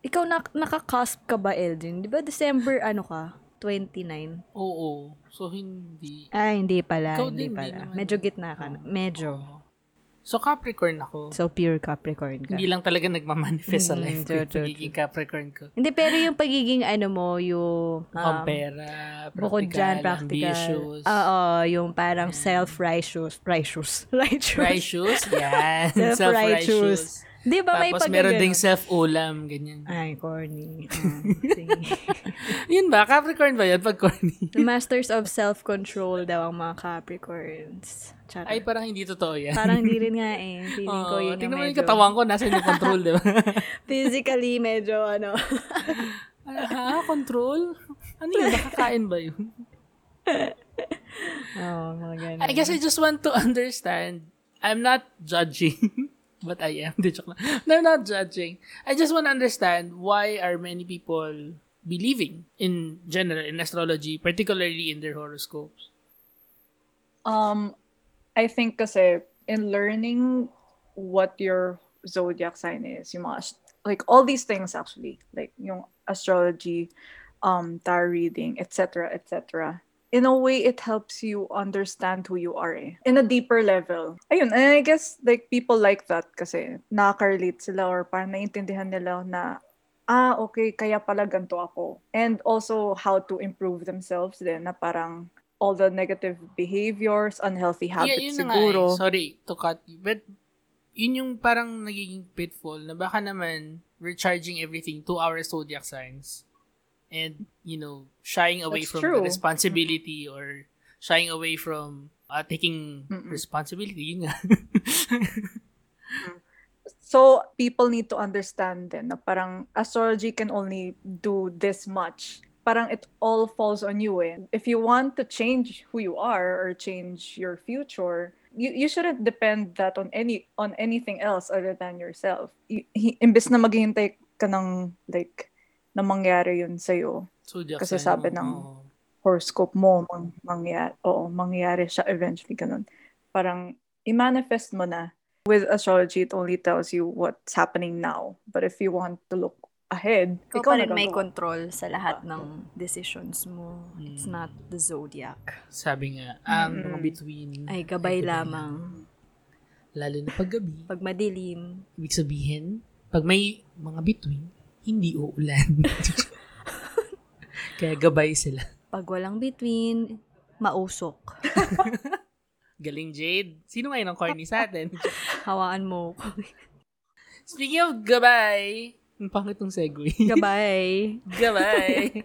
D: Ikaw, nak nakakasp ka ba, Eldrin? Di ba December, ano ka? 29.
C: Oo. So, hindi.
D: Ah, hindi pala.
C: Ikaw
D: hindi
C: din, di
D: pala.
C: naman.
D: Medyo gitna ka na. Medyo.
C: Oo. So, Capricorn ako.
D: So, pure Capricorn ka.
C: Hindi lang talaga nagmamanifest sa
D: Mm,
C: life ko
D: true,
C: yung
D: true,
C: pagiging Capricorn ko.
D: Hindi, pero yung pagiging ano mo, yung... um,
C: Compare, practical,
D: bukod dyan, practical.
C: ambitious.
D: Oo, yung parang self-righteous. Righteous. Righteous.
C: Righteous? Yan.
D: Self-righteous.
C: Self-righteous.
D: Di ba may
C: Tapos
D: pag
C: meron ding self-ulam, ganyan.
D: Ay, corny. Ah, sige.
C: Yun ba? Capricorn ba yun? Pag corny.
D: The Masters of Self-Control daw ang mga Capricorns. Charot.
C: Ay, parang hindi totoo yan.
D: Parang hindi rin nga eh. Feeling ko
C: Oo,
D: yun yung
C: tingnan mo yung
D: medyo...
C: katawan ko, nasa yung control, di ba?
D: Physically, medyo ano.
C: ah, control? Ano yun? Nakakain ba yun?
D: Oo, mga ganun.
C: I guess I just want to understand. I'm not judging. but I am. Di, joke lang. No, I'm not judging. I just want to understand why are many people believing in general, in astrology, particularly in their horoscopes.
E: Um, I think kasi in learning what your zodiac sign is, yung mga, ast- like all these things actually, like yung astrology, um, tarot reading, etc., etc. In a way, it helps you understand who you are eh. In a deeper level. Ayun, and I guess like people like that kasi nakaka-relate sila or parang naiintindihan nila na ah, okay, kaya pala ganito ako. And also how to improve themselves din na parang all the negative behaviors, unhealthy habits
C: yun na nga eh.
E: siguro.
C: Sorry to cut you. But yun yung parang nagiging pitfall na baka naman we're charging everything to our zodiac signs and, you know, shying away
E: That's
C: from
E: true.
C: the responsibility or shying away from uh, taking
E: Mm-mm.
C: responsibility. Yun nga.
E: So, people need to understand din na parang astrology can only do this much. Parang it all falls on you eh. If you want to change who you are or change your future, you, you shouldn't depend that on any on anything else other than yourself. Y- hi- imbes na maghihintay ka ng like na mangyari yun sa'yo.
C: zodiac
E: Kasi
C: sign
E: sabi
C: mo,
E: ng-
C: oo.
E: horoscope mo mang, mangyari, oo, mangyari siya eventually ganun. Parang i-manifest mo na. With astrology, it only tells you what's happening now. But if you want to look ahead,
D: Ikaw pa rin
E: na
D: may
E: gagawa.
D: control sa
C: Ah.
D: lahat ng decisions mo. It's
C: Hmm.
D: not the zodiac.
C: Sabi nga, ang
E: Mm-mm.
C: mga between.
D: Ay, gabay lamang.
C: Lalo na pag gabi.
D: Pag madilim.
C: Ibig sabihin, pag may mga between, hindi uulan. Kaya gabay sila.
A: Pag walang between, mausok.
C: Galing Jade. Sino ngayon ang corny sa atin?
D: Hawaan mo. ko.
C: Speaking of gabay, ang pangit ng segue.
D: Gabay.
C: Goodbye.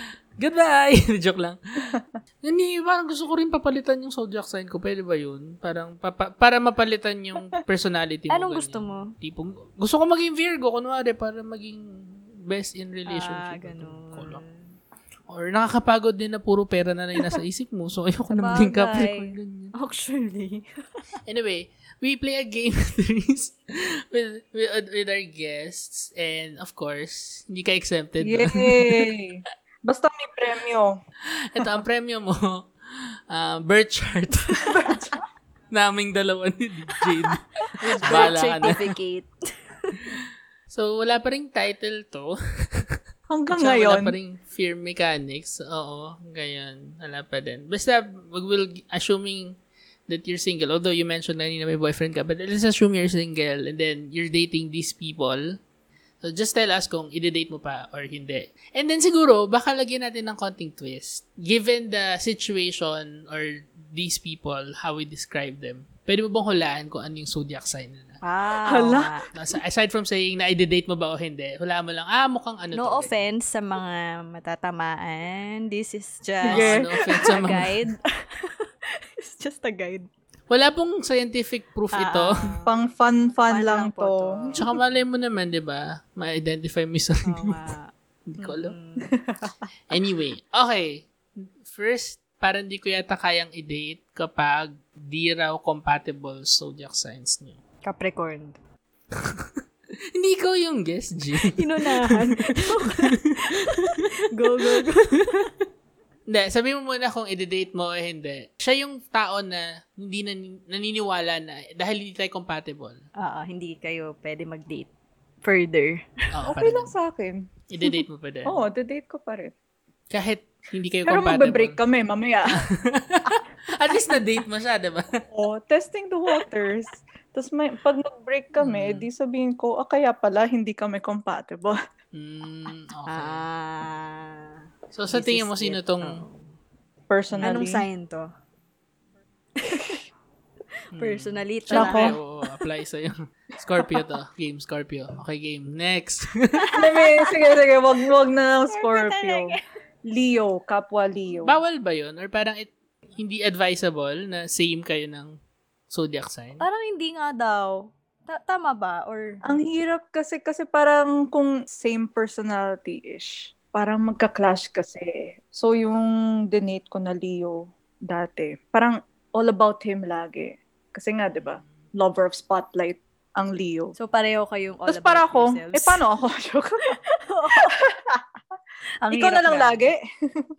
C: Goodbye. Joke lang. Hindi, parang gusto ko rin papalitan yung zodiac sign ko. Pwede ba yun? Parang, papa- para mapalitan yung personality mo.
D: Anong
C: ganyan.
D: gusto mo?
C: Tipong, gusto ko maging Virgo, kunwari, para maging best in
D: Ah,
C: relationship.
D: ganun.
C: Ko lang. Or nakakapagod din na puro pera na lang yung nasa isip mo. So, ayoko na maging
D: Sabagay.
C: Capricorn. Ganyan.
D: Actually.
C: Anyway, we play a game with with with, with our guests and of course, hindi ka exempted.
E: Yay! Basta may premyo.
C: Ito ang premyo mo. Uh, birth chart. Naming dalawa ni Jade. Bahala ka na.
A: Certificate.
C: So, wala pa rin title to.
E: Hanggang
C: Tsaka
E: ngayon.
C: Wala pa rin fear mechanics. Oo, ganyan. Wala pa din. Basta, we will, assuming that you're single, although you mentioned kanina may boyfriend ka, but let's assume you're single and then you're dating these people. So, just tell us kung i-date mo pa or hindi. And then siguro, baka lagyan natin ng konting twist. Given the situation or these people, how we describe them, pwede mo bang hulaan kung ano yung zodiac sign nila?
D: Ah,
E: Hala.
D: oo nga.
C: Nasa- Aside from saying na i-date mo ba o hindi, hulaan mo lang, ah, mukhang ano
D: No
C: to.
D: offense sa mga matatamaan. This is just
C: Ah,
E: Sige.
C: no offense sa
D: a
C: mga
D: guide. It's just a guide.
C: Wala pong scientific proof
E: Ah,
C: ito.
E: Pang fun-fun
D: Fun lang
E: lang,
D: po
E: to.
D: to.
C: Tsaka malay mo naman, di ba? Ma-identify mo yung sarili
D: Oo
C: mo.
D: nga.
C: Hindi ko alam. Anyway, okay. First, parang di ko yata kayang i-date kapag di raw compatible zodiac signs niyo.
D: Capricorn.
C: Hindi ko yung guess, G.
D: Inunahan. go, go, go.
C: hindi, sabi mo muna kung i-date mo o hindi. Siya yung tao na hindi nan- naniniwala na dahil hindi tayo compatible.
D: Oo, Ah, hindi kayo pwede mag-date further.
C: Oo,
E: Okay
C: parang
E: lang sa akin.
C: I-date mo pa din.
E: Oo, date ko pa rin.
C: Kahit hindi kayo
E: Pero
C: compatible.
E: magbe-break kami mamaya.
C: At least na-date mo siya, di ba?
E: Oo, testing the waters. Tapos may, pag nag-break kami,
C: Mm.
E: di sabihin ko, ah, kaya pala hindi kami compatible.
C: Mm, okay.
D: Ah.
C: So, sa
D: this
C: tingin
D: is
C: mo, sino
D: it. Oh.
C: tong...
D: Oo.
E: Personally.
D: Anong sign to?
C: Hmm.
D: Personally,
C: Siya
E: Nako.
C: na, oo, apply sa'yo. Scorpio to. Game, Scorpio. Okay, game. Next.
E: Sige, sige, sige. Wag, wag na lang Scorpio.
D: talaga.
E: Leo, kapwa Leo.
C: Bawal ba yun? Or parang it, hindi advisable na same kayo ng zodiac sign?
D: Parang hindi nga daw. Ta- tama ba? Or
E: Ang hirap kasi, kasi parang kung same personality-ish, parang magka-clash kasi. So, yung dinate ko na Leo dati, parang all about him lagi. Kasi nga, di ba, lover of spotlight ang Leo.
D: So, pareho kayong all
E: Tapos
D: about
E: para ako,
D: yourselves.
E: eh paano ako? Joke.
D: Ang
E: Ikaw na
D: hirap
E: lang
D: nga.
E: lagi.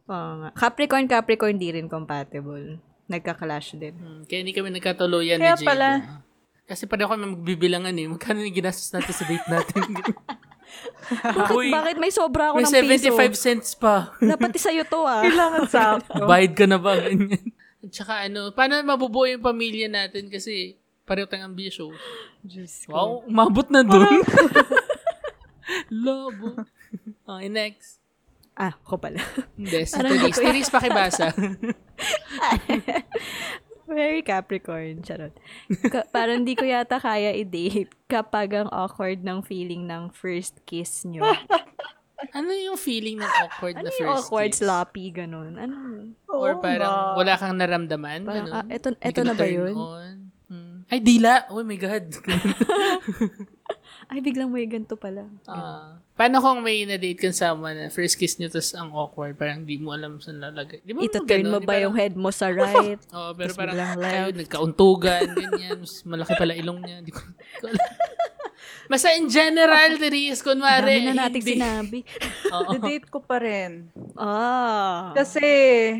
D: Oo nga. Capricorn, Capricorn, di rin compatible. Nagka-clash din.
C: Hmm, kaya hindi kami nagkatuluyan
E: Kaya
C: ni Jade.
E: pala.
C: ah. Kasi pareho kami magbibilangan eh. Magkano yung ginastos natin sa date natin? Uy,
D: Bakit may sobra ako
C: may
D: ng piso?
C: 75 cents pa.
D: Dapat sa'yo to ah.
E: Kailangan sakto.
C: Bayad ka na ba? Ganyan. At saka ano, paano mabubuo yung pamilya natin kasi pareho tayong ambisyo.
D: Diyos ko.
C: Wow, umabot na doon. Lobo. Okay, next.
D: Ah, ako pala.
C: Hindi, si
D: Parang
C: Therese.
D: ako-
C: Therese pakibasa.
D: Very Capricorn, charot. Ka- parang di ko yata kaya i-date kapag ang awkward ng feeling ng first kiss nyo.
C: ano yung feeling ng awkward na
D: Ano yung
C: first
D: awkward,
C: kiss?
D: sloppy, ganun? Ano?
C: Or
E: Oo
C: parang
E: nga.
C: wala kang naramdaman?
D: Parang,
C: ganun?
D: ah, eto,
C: Hindi
D: eto
C: ka
D: na ba
C: na-turn
D: yun?
C: on? Hmm. Ay, dila. Oh my God.
D: Ay, biglang may ganito pala.
C: Ah. paano kung may na-date kang someone na first kiss nyo tapos ang awkward, parang di mo alam saan lalagay. Di ba
D: Ito-turn
C: ganun?
D: mo
C: Di
D: ba
C: parang-
D: yung head mo sa right?
C: Oo, pero
D: Tapos
C: parang, "Ah,
D: biglang left.
C: ayun, nagkauntugan, ganyan. Mas malaki pala ilong niya. Hindi ko, di ko alam. Basta in general, Therese, kunwari,
D: Dami na nating
C: hindi.
D: sinabi.
C: Oo.
E: Didate ko pa rin.
D: Ah.
E: Kasi,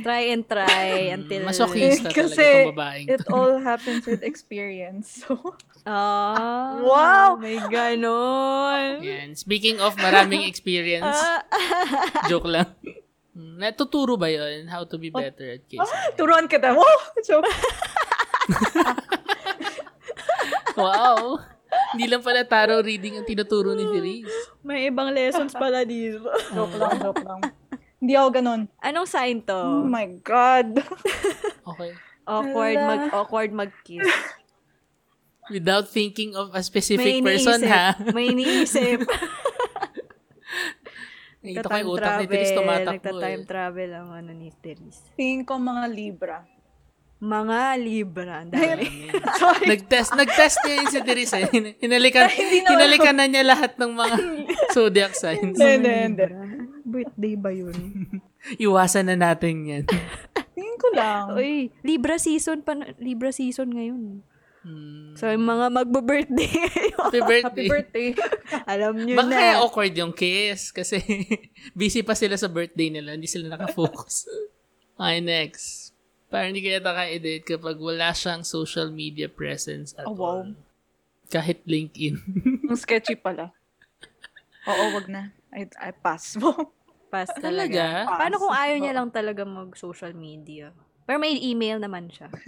D: try and
C: Mm,
D: try until...
C: Masochista talaga
E: Kasi
C: itong babaeng
E: it
C: to.
E: all happens with experience. So,
D: Ah.
E: Wow!
D: May ganon.
C: Yan. Speaking of maraming experience,
D: Ah.
C: joke lang. Hmm, Natuturo ba yun? How to be better at kiss?
D: Oh.
E: turuan kita. Wow! Joke.
C: Wow! Hindi lang pala tarot reading ang tinuturo ni Therese.
D: May ibang lessons pala dito.
E: Joke lang, joke lang. Hindi ako ganun.
D: Anong sign
E: Oh
C: Hmm.
D: to?
E: my God.
C: Okay.
D: Awkward
E: Ala.
D: mag awkward mag-kiss.
C: Without thinking of a specific person,
D: iniisip.
C: ha?
D: May iniisip.
C: Nakita ko yung utak ni Therese tumatakbo.
D: Nagta-time
C: Eh.
D: travel ang ano ni Therese.
E: Tingin ko mga Libra.
D: Mga Libra. Ang dami.
E: Sorry.
C: Nag-test, nag-test niya yun si Therese. Eh. Hin- Hinalikan,
E: Hindi na-
C: hinalikan na niya lahat ng mga zodiac signs.
E: Hindi, hindi, hindi.
D: Birthday ba yun?
C: Iwasan na natin yan.
E: Tingin ko lang.
D: Uy, Libra season pa. na- Libra season ngayon.
C: Hmm.
D: So, yung mga magbo-birthday ngayon.
C: Happy birthday.
E: Happy birthday.
D: Alam nyo
C: Baka
D: na.
C: kaya awkward yung kiss kasi busy pa sila sa birthday nila. Hindi sila nakafocus. okay, next. Parang hindi kaya taka-edit kapag wala siyang social media presence at
E: Oh, wow.
C: all. Kahit LinkedIn.
E: Ang sketchy pala. Oo, wag na. I, I pass mo.
D: Pass talaga.
C: Talaga?
D: Paano kung ayaw niya lang talaga mag-social media? Pero may email naman siya.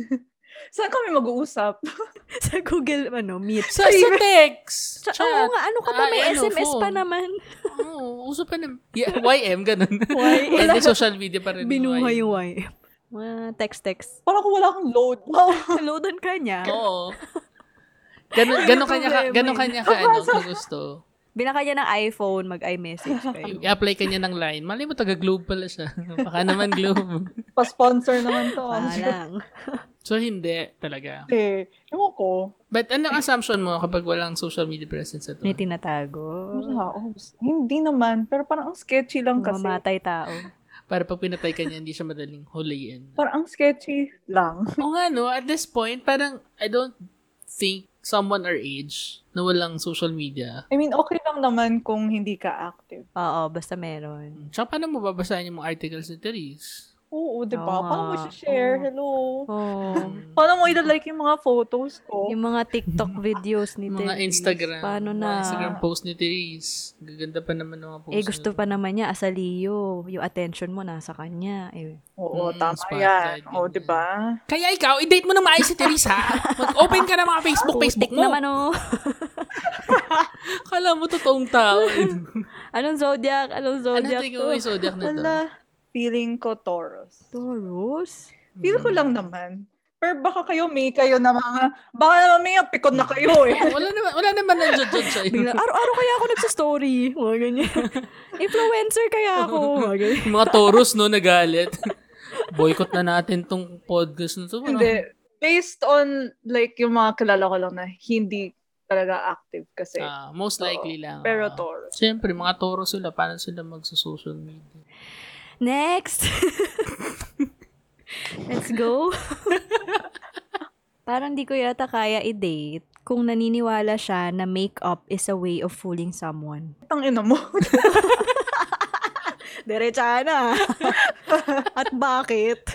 E: Saan kami mag-uusap?
D: sa Google, ano, Meet.
C: Sa, sa text!
D: Sa,
C: chat.
D: oo nga, ano ka ba? May
C: Ay, ano,
D: SMS pa
C: phone.
D: naman.
C: Oo, uso pa na. Yeah, YM, ganun.
D: YM.
C: Hindi, social media pa rin. YM.
D: Binuhay yung YM. Mga text-text.
E: Parang kung wala akong load. Wow.
D: Loadan ka niya.
C: Oo. Ganun, ganun kanya ka, ganun kanya ka, ano, kung gusto.
D: Binaka niya ng iPhone, mag-iMessage kayo.
C: I-apply kanya ng line. Malay mo, taga-globe pala siya. Baka naman globe.
E: Pa-sponsor naman to. ah.
D: Parang.
C: So, hindi talaga.
E: Eh, ewan ko.
C: But anong assumption mo kapag walang social media presence at all?
D: May tinatago.
E: Wala. Oh, hindi naman. Pero parang ang sketchy lang kasi.
D: Mamatay tao.
C: Para pag pinatay ka niya, hindi siya madaling huliin.
E: Parang ang sketchy lang.
C: Oo nga, no? At this point, parang I don't think someone our age na walang social media.
E: I mean, okay lang naman kung hindi ka active.
D: Oo, basta meron.
C: Tsaka paano mo babasahin yung mga articles ni Therese?
E: Oo, di ba?
D: Oo
E: Paano mo
D: nga.
E: share?
D: Oo.
E: Hello.
D: Oo.
E: Paano mo ilalike yung mga photos ko?
D: Yung mga TikTok videos ni
C: Mga
D: Therese.
C: Instagram.
D: Paano
C: mga
D: na?
C: Instagram post ni Therese. Gaganda pa naman ng mga post.
D: Eh, gusto
C: nila.
D: pa naman niya, asaliyo. Yung attention mo nasa kanya. Eh,
E: Oo,
C: Mm,
E: tama yan.
C: spotlight,
E: Oo,
C: ganyan.
E: di ba?
C: Kaya ikaw, i-date mo na maayos si Therese, ha? Mag-open ka na mga Facebook, Facebook
D: putik
C: mo.
D: naman oh.
C: Kala mo totoong tao. eh.
D: Anong zodiac?
C: ano
D: Anong zodiac
C: tingin
D: to?
C: mo yung zodiac na to?
E: Wala. Feeling ko Taurus.
D: Taurus?
E: Feel ko lang naman. Pero baka kayo may kayo na mga, baka naman may pikon na kayo eh.
C: Wala naman, wala naman ang judge sa'yo.
D: Bigla, araw-araw kaya ako nagsa-story. Mga ganyan. Influencer kaya ako. Mga ganyan.
C: Yung mga Taurus, no, nagalit. Boycott na natin tong podcast na to. Ano? Parang,
E: Hindi. Based on like yung mga kilala ko lang na hindi talaga active kasi.
C: ah, most likely lang. ah.
E: Pero Taurus.
C: Siyempre, mga Taurus sila. Paano sila magsa-social media?
D: Next! Let's go. Parang di ko yata kaya i-date kung naniniwala siya na makeup is a way of fooling someone.
E: Tang ina mo.
D: Diretsa na. At bakit?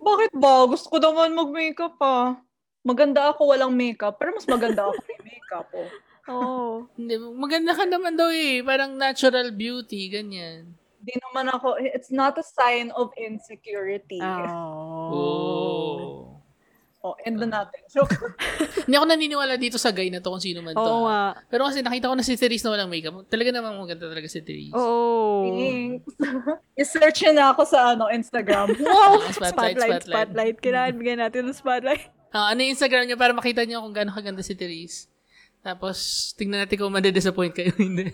E: Bakit ba? Gusto ko naman mag-makeup ah. Maganda ako walang makeup. Pero mas maganda ako may makeup oh.
D: Oo.
C: Hindi, maganda ka naman daw eh. Parang natural beauty, ganyan.
E: Di naman ako, it's not a sign of insecurity.
D: Ah.
C: Oh.
E: Oh, end na natin. Joke.
C: Hindi ako naniniwala dito sa guy na to kung sino man to. ha.
D: Oo nga.
C: Pero kasi nakita ko na si Therese na walang makeup. Talaga namang maganda talaga si Therese.
D: Oo.
E: Thanks. I-search niyo na ako sa ano Instagram. Wow!
C: Ah,
D: Spotlight, spotlight. Kailangan bigyan natin ng spotlight.
C: Ah, ano yung Instagram niya para makita niyo kung gaano kaganda si Therese. Tapos, tingnan natin kung madidisappoint kayo. o Hindi.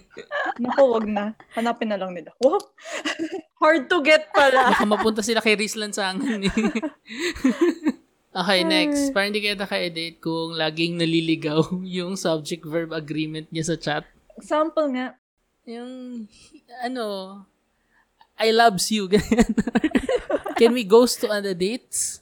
E: Naku, wag na. Hanapin na lang nila. Wow! Hard to get pala.
C: Baka mapunta sila kay Riz Lansangan eh. okay, next. Parang hindi kaya naka-edit kung laging naliligaw yung subject-verb agreement niya sa chat.
E: Example nga.
C: Yung, ano, I loves you. ganyan. Can we ghost to other dates?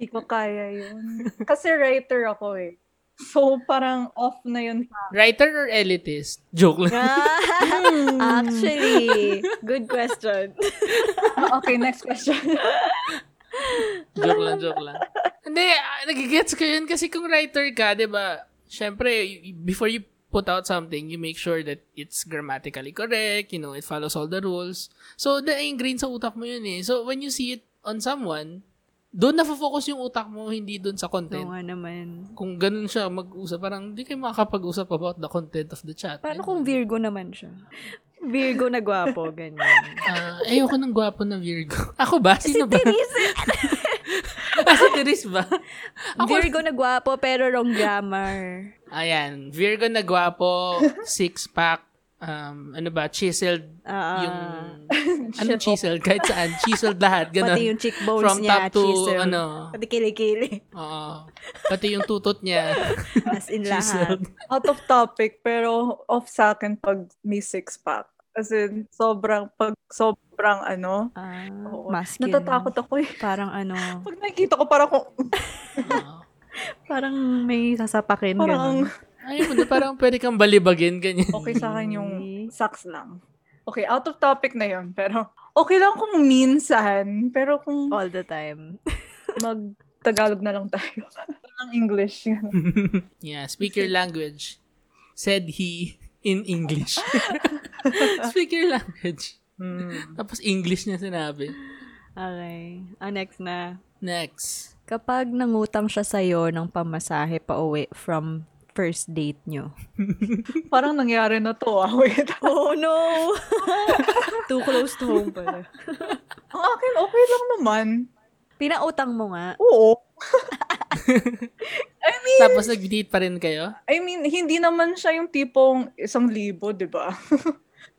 E: Hindi ko kaya yun. Kasi writer ako eh. So, parang off na yun.
C: Writer or elitist? Joke lang.
D: Actually, good question.
E: Ah, okay, next question.
C: joke lang, joke lang. Hindi, ah, nagigets ko yun kasi kung writer ka, di ba, syempre, y- y- before you put out something, you make sure that it's grammatically correct, you know, it follows all the rules. So, the ingrained sa utak mo yun eh. So, when you see it on someone, doon nafo-focus yung utak mo, hindi doon sa
D: Oo
C: content.
D: nga naman.
C: Kung ganun siya mag-usap, parang hindi kayo makakapag-usap about the content of the chat. Ayun.
D: Paano kung Virgo naman siya? Virgo na gwapo, ganyan.
C: Ah, ayoko ng gwapo na Virgo. Ako ba?
D: si
C: Sino ba?
D: Therese,
C: Ah, si Therese ba?
D: Virgo na gwapo pero wrong grammar.
C: Ayan. Virgo na gwapo, six-pack, um, ano ba, chiseled,
D: Ah,
C: yung, ano chiseled? Kahit saan, chiseled lahat, ganun.
D: Pati yung cheekbones
C: From
D: niya,
C: top to,
D: chisel.
C: ano,
D: Pati kilikili.
C: oo. Pati yung tutot niya,
D: As in lahat.
C: chiseled.
E: Out of topic, pero off sa akin pag may six-pack. As in, sobrang, pag sobrang ano,
D: Ah,
E: Oo.
D: masculine.
E: natatakot ako eh.
D: Parang ano,
E: Pag nakikita ko, parang kung,
C: Oo.
D: parang may sasapakin.
E: parang,
D: ganun.
C: Ayun, na parang pwede kang balibagin, ganyan.
E: okay sa akin yung
D: Okay.
E: socks lang. Okay, out of topic na yun, pero okay lang kung minsan, pero kung
D: All the time.
E: mag-Tagalog na lang tayo. Walang English. yun.
C: Yeah, speak your language. Said he in English. speak your language.
D: Hmm.
C: Tapos English niya sinabi.
D: Okay. Ang next na.
C: Next.
D: Kapag nangutang siya sa'yo ng pamasahe pa uwi from first date nyo.
E: Parang nangyari na to, ah. Wait.
D: Oh no! Too close to home pala.
E: Ang akin, okay lang naman.
D: Pinautang mo nga.
E: Oo.
C: Tapos nag-date pa rin kayo?
E: I mean, hindi naman siya yung tipong isang libo, di ba?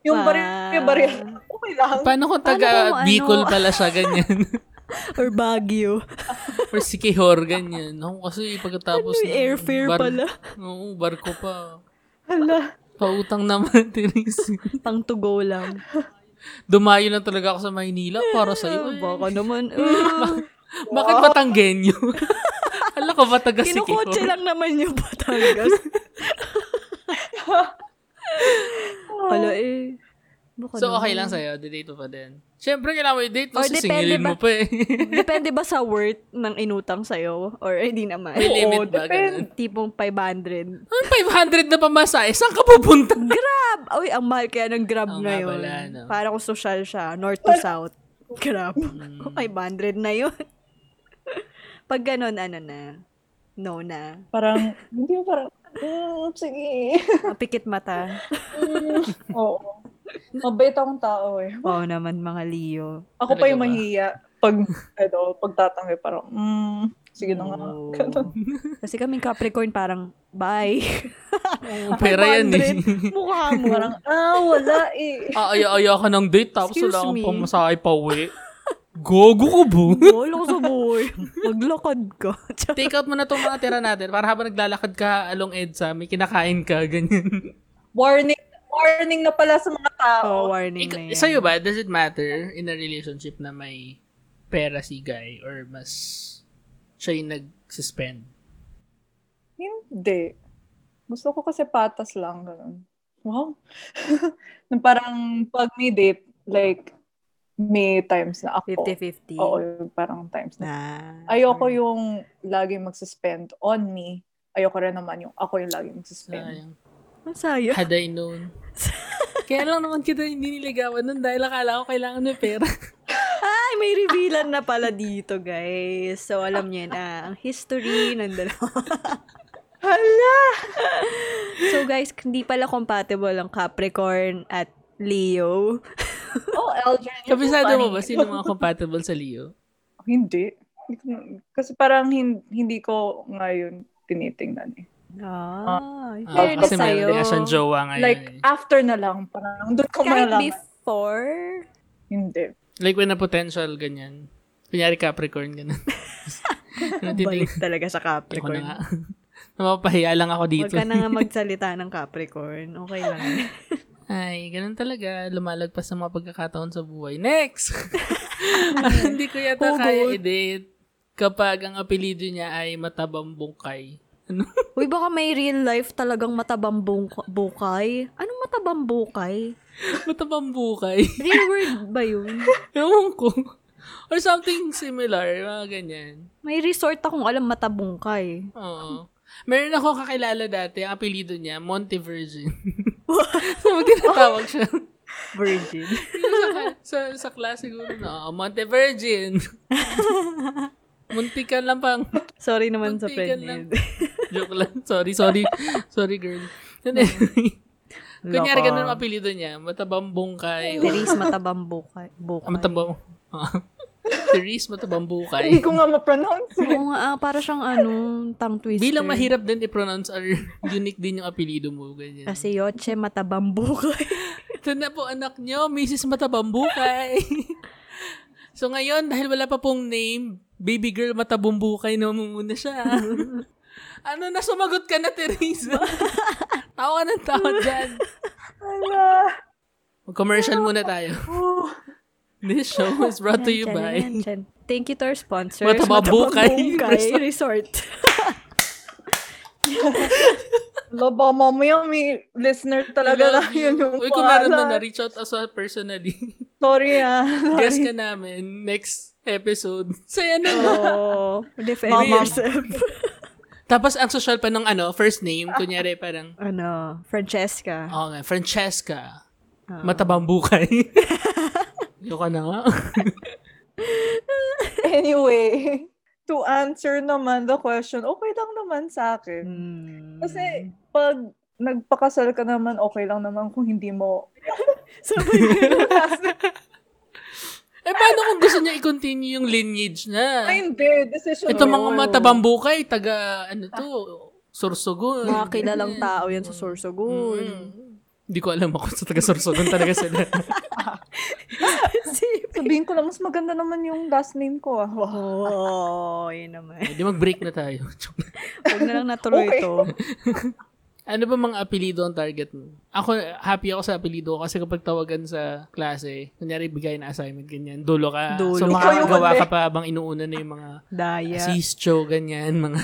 E: yung
D: Wow.
E: baril, baril. Okay lang.
C: Paano kung
D: Paano kung
C: taga
D: ano?
C: Bicol pala siya ganyan?
D: Or Baguio.
C: Or Sikihor ganyan? No, kasi pagkatapos...
D: Ano yung
C: ng
D: airfare pala?
C: Oo, barko pa.
E: Hala.
C: Pautang naman, Therese.
D: Pang to go lang.
C: Dumayo na talaga ako sa Maynila para sa iyo.
D: Ah, Baka naman. Uh,
C: Bakit Batanggenyo? Alam ko ba taga Sikihor?
D: kinukotse lang naman yung Batangas. Hala eh. Baka
C: So,
D: naman.
C: okay lang sa'yo. Didate mo pa din. Siyempre, kailangan mo i-date mo.
D: Or
C: Sisingilin
D: depende
C: mo
D: ba-
C: pa eh.
D: Depende ba sa worth ng inutang sa'yo? Or hindi naman.
C: May
E: Oo,
C: limit ba? Ganun.
E: depende.
D: Tipong 500.
C: Ang 500 na pamasahe. Saan ka pupunta?
D: Grab! Uy, ang mahal kaya ng Grab
C: Oo
D: na
C: nga
D: yun.
C: pala, no?
D: Parang kung social siya, north to south. Grab.
C: Hmm.
D: Mm. 500 na yun. Pag ganun, ano na, no na.
E: Parang, hindi mo parang, mm, sige.
D: Ang Pikit mata.
E: Oo. Mabait akong tao eh.
D: Wow naman, mga Leo.
E: Ako pa
C: Talaga
E: yung
C: ba?
E: mahiya. Pag, ano, pagtatanggi, parang, mm, sige na nga.
C: Oh.
D: Oo.
E: Ganun.
D: Kasi kaming Capricorn, parang, bye.
C: Ang pera yan eh.
D: 500, Mukha mo.
E: Parang, ah, wala eh.
C: Aaya-aya ka ng date tapos
D: Excuse
C: wala kang
D: me.
C: pamasahe pa uwi. Gogo ko bo.
D: Bolong sa buhay. Maglakad ka. Tsaka,
C: Take out mo na itong mga tira natin para habang naglalakad ka along EDSA, may kinakain ka, ganyan.
E: Warning, warning na pala sa mga
D: oh,
E: tao.
D: warning
C: Ik-
D: na yan.
C: sa'yo ba, does it matter in a relationship na may pera si guy or mas siya yung nag-suspend?
E: Hindi. Gusto ko kasi patas lang. Ganun. Wow. Na parang pag may date, like, may times na ako.
D: 50-50.
E: Oo, yung parang times na.
D: Na,
E: Ayoko yung laging magsuspend on me. Ayoko rin naman yung ako yung laging magsuspend.
C: Sayang.
D: Masaya.
C: Had I known. Kaya lang naman kita hindi niligawan nun dahil akala ko kailangan ng pera.
D: Ay, may revealan na pala dito, guys. So, alam niyo yun, ah, ang history ng dalawa. Hala! so, guys, hindi pala compatible ang Capricorn at Leo.
E: Oh, Eldrin. you're
C: Kabisado
E: funny.
C: mo ba sino mga compatible sa Leo?
E: Hindi. Hindi ko- Kasi parang hin- hindi ko ngayon tinitingnan eh.
D: Ah,
C: Ah,
D: fair na
C: kasi may
D: sa'yo.
C: relasyon jowa ngayon.
E: Like,
C: eh.
E: after na lang. Parang doon ko
D: Kahit
E: malalaman.
D: before,
E: Hindi.
C: Like when na potential, ganyan. Kunyari Capricorn, ganun. Ano, titingin
D: balik talaga sa
C: ko na nga.
D: Capricorn.
C: Napapahiya lang ako
D: Huwag
C: dito.
D: ka na nga magsalita ng Capricorn. Okay lang.
C: Ay, ganun talaga. Lumalagpas ang mga pagkakataon sa buhay. Next! Ah, Hindi ko yata
D: Hugot.
C: kaya i-date kapag ang apelido niya ay matabang bungkay. Ano?
D: Uy, baka may real life talagang matabang bung- bukay. Anong matabang bukay?
C: matabang bukay.
D: Real word ba yun?
C: Ewan ko. Or something similar. Mga ganyan.
D: May resort akong alam matabungkay.
C: Oo. Meron ako kakilala dati, ang apelido niya, Monte Virgin. so, mag tinatawag siya.
D: Virgin.
C: "Ah, sa, sa, sa class siguro na, "Oh, Monte Virgin. Muntikan lang pang.
D: Sorry naman sa
C: Muntikan
D: friend
C: lang.
D: Ed.
C: Joke lang. Sorry, sorry. sorry, girl. Then, anyway, kunyari,
D: Loko.
C: ganun ang apelido niya. Matabambong kay.
D: Therese, matabang bukay. bukay.
C: Ah, matabang. Therese, matabang
E: Hindi
C: bukay.
E: ko nga ma-pronounce.
D: Oo nga, ah, para siyang ano, tongue twister.
C: Bilang mahirap din i-pronounce or unique din yung apelido mo. Ganyan.
D: Kasi Yoche, matabang bukay.
C: Ito na po anak nyo, Mrs. Matabambukay. so ngayon, dahil wala pa pong name, baby girl Matabumbukay na muna siya. ano na, sumagot ka na, Teresa. tawa ng tawa dyan.
E: Ala.
C: Mag-commercial muna tayo.
E: Oh.
C: This show is brought to you
D: Yan,
C: by...
D: yan, yan. Thank you to our sponsors.
C: Matababukay
D: Matababukay Resort.
E: Laba, mamaya may listener talaga na yun yung
C: Uy, kung meron
E: pangalan.
C: na, na-reach out us personally.
E: Sorry ah.
C: Guess ka namin next episode. ano? Saya na
D: Oh, defend
E: Mama.
D: yourself.
C: Tapos ang social pa ng ano, first name, kunyari parang,
D: ano, Francesca.
C: oh nga, Francesca.
D: Ah.
C: Matabambukay. Yoko na nga.
E: Anyway, to answer naman the question, okay lang naman sa akin.
D: Hmm.
E: Kasi pag nagpakasal ka naman, okay lang naman kung hindi mo...
D: Sabay-
C: eh, paano kung gusto niya i-continue yung lineage na?
E: Ay, hindi. Decision
C: Ito mga
E: yun.
C: matabambukay, taga, ano to, Sorsogon.
D: mga kilalang tao yan sa Sorsogon.
C: Mm. Hindi ko alam ako sa taga Sorsogon talaga sila.
E: Sabihin ko lang, mas maganda naman yung last name ko. Ah. Wow.
D: Oo, oh, yun naman.
C: Hindi, mag-break na tayo.
D: Huwag na lang natuloy
E: Okay.
D: ito.
C: ano ba mga apelido ang target mo? Ako, happy ako sa apelido ko kasi kapag tawagan sa klase, kunyari bigay na assignment, ganyan, dulo ka.
D: Dulo.
C: So,
E: Ikaw yung
C: makakagawa
E: huli.
C: ka pa habang inuuna na yung mga
D: Daya. Si,
C: sisto, ganyan, mga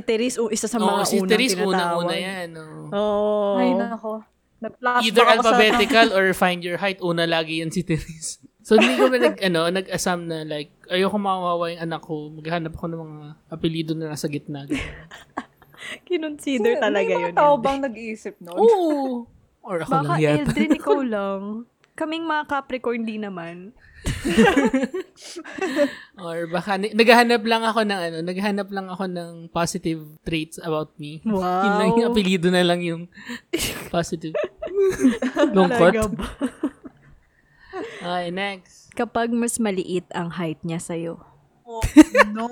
D: Therese, oh, isa sa mga
C: Oo, si
D: unang
C: Therese,
D: tinatawag. Oh,
C: unang-una yan. oo.
D: Oo.
E: Ay, nako. Nag-flashback
C: Either
E: ako sa-
C: alphabetical or find your height, una lagi yan si Therese. So, hindi ko ba nag, ano, nag-assume na like, ayoko makawawa yung anak ko, maghanap ako ng mga apelido na nasa gitna.
D: Kinonsider talaga
E: May
D: yun.
E: mga tao
D: Eldrin.
E: bang nag-iisip nun?
C: Oo! Or ako
D: Baka
C: lang yata.
D: Eldrin, ikaw lang. Kaming mga Capricorn, di naman.
C: Or baka, ni- naghahanap lang ako ng ano, naghahanap lang ako ng positive traits about me.
D: Wow.
C: Yun lang yung apelido na lang yung positive. Lungkot.
D: ba?
C: Okay, next.
D: Kapag mas maliit ang height niya sa'yo.
E: Oh, no.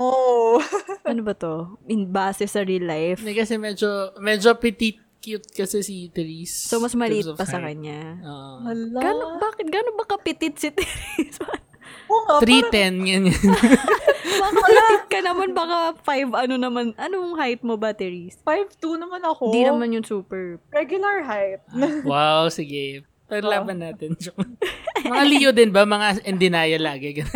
D: Ano ba to? In base sa real life.
C: Hindi kasi medyo, medyo petite cute kasi si Therese.
D: So, mas
C: in terms
D: maliit
C: of
D: pa sa
C: height.
D: kanya.
C: Oo.
E: Hala.
D: Gano, bakit? Gano ba kapitit si Therese?
E: Oo nga, Oh, parang-
C: 310, yan yan.
D: baka pitit ka naman, baka five ano naman. Anong height mo ba, Therese?
E: 5'2 naman ako.
D: Di naman yung super.
E: Regular height.
C: wow, sige. Pero
E: Oh.
C: laban natin. Joke. mga Leo din ba? Mga in denial lagi. Ganun.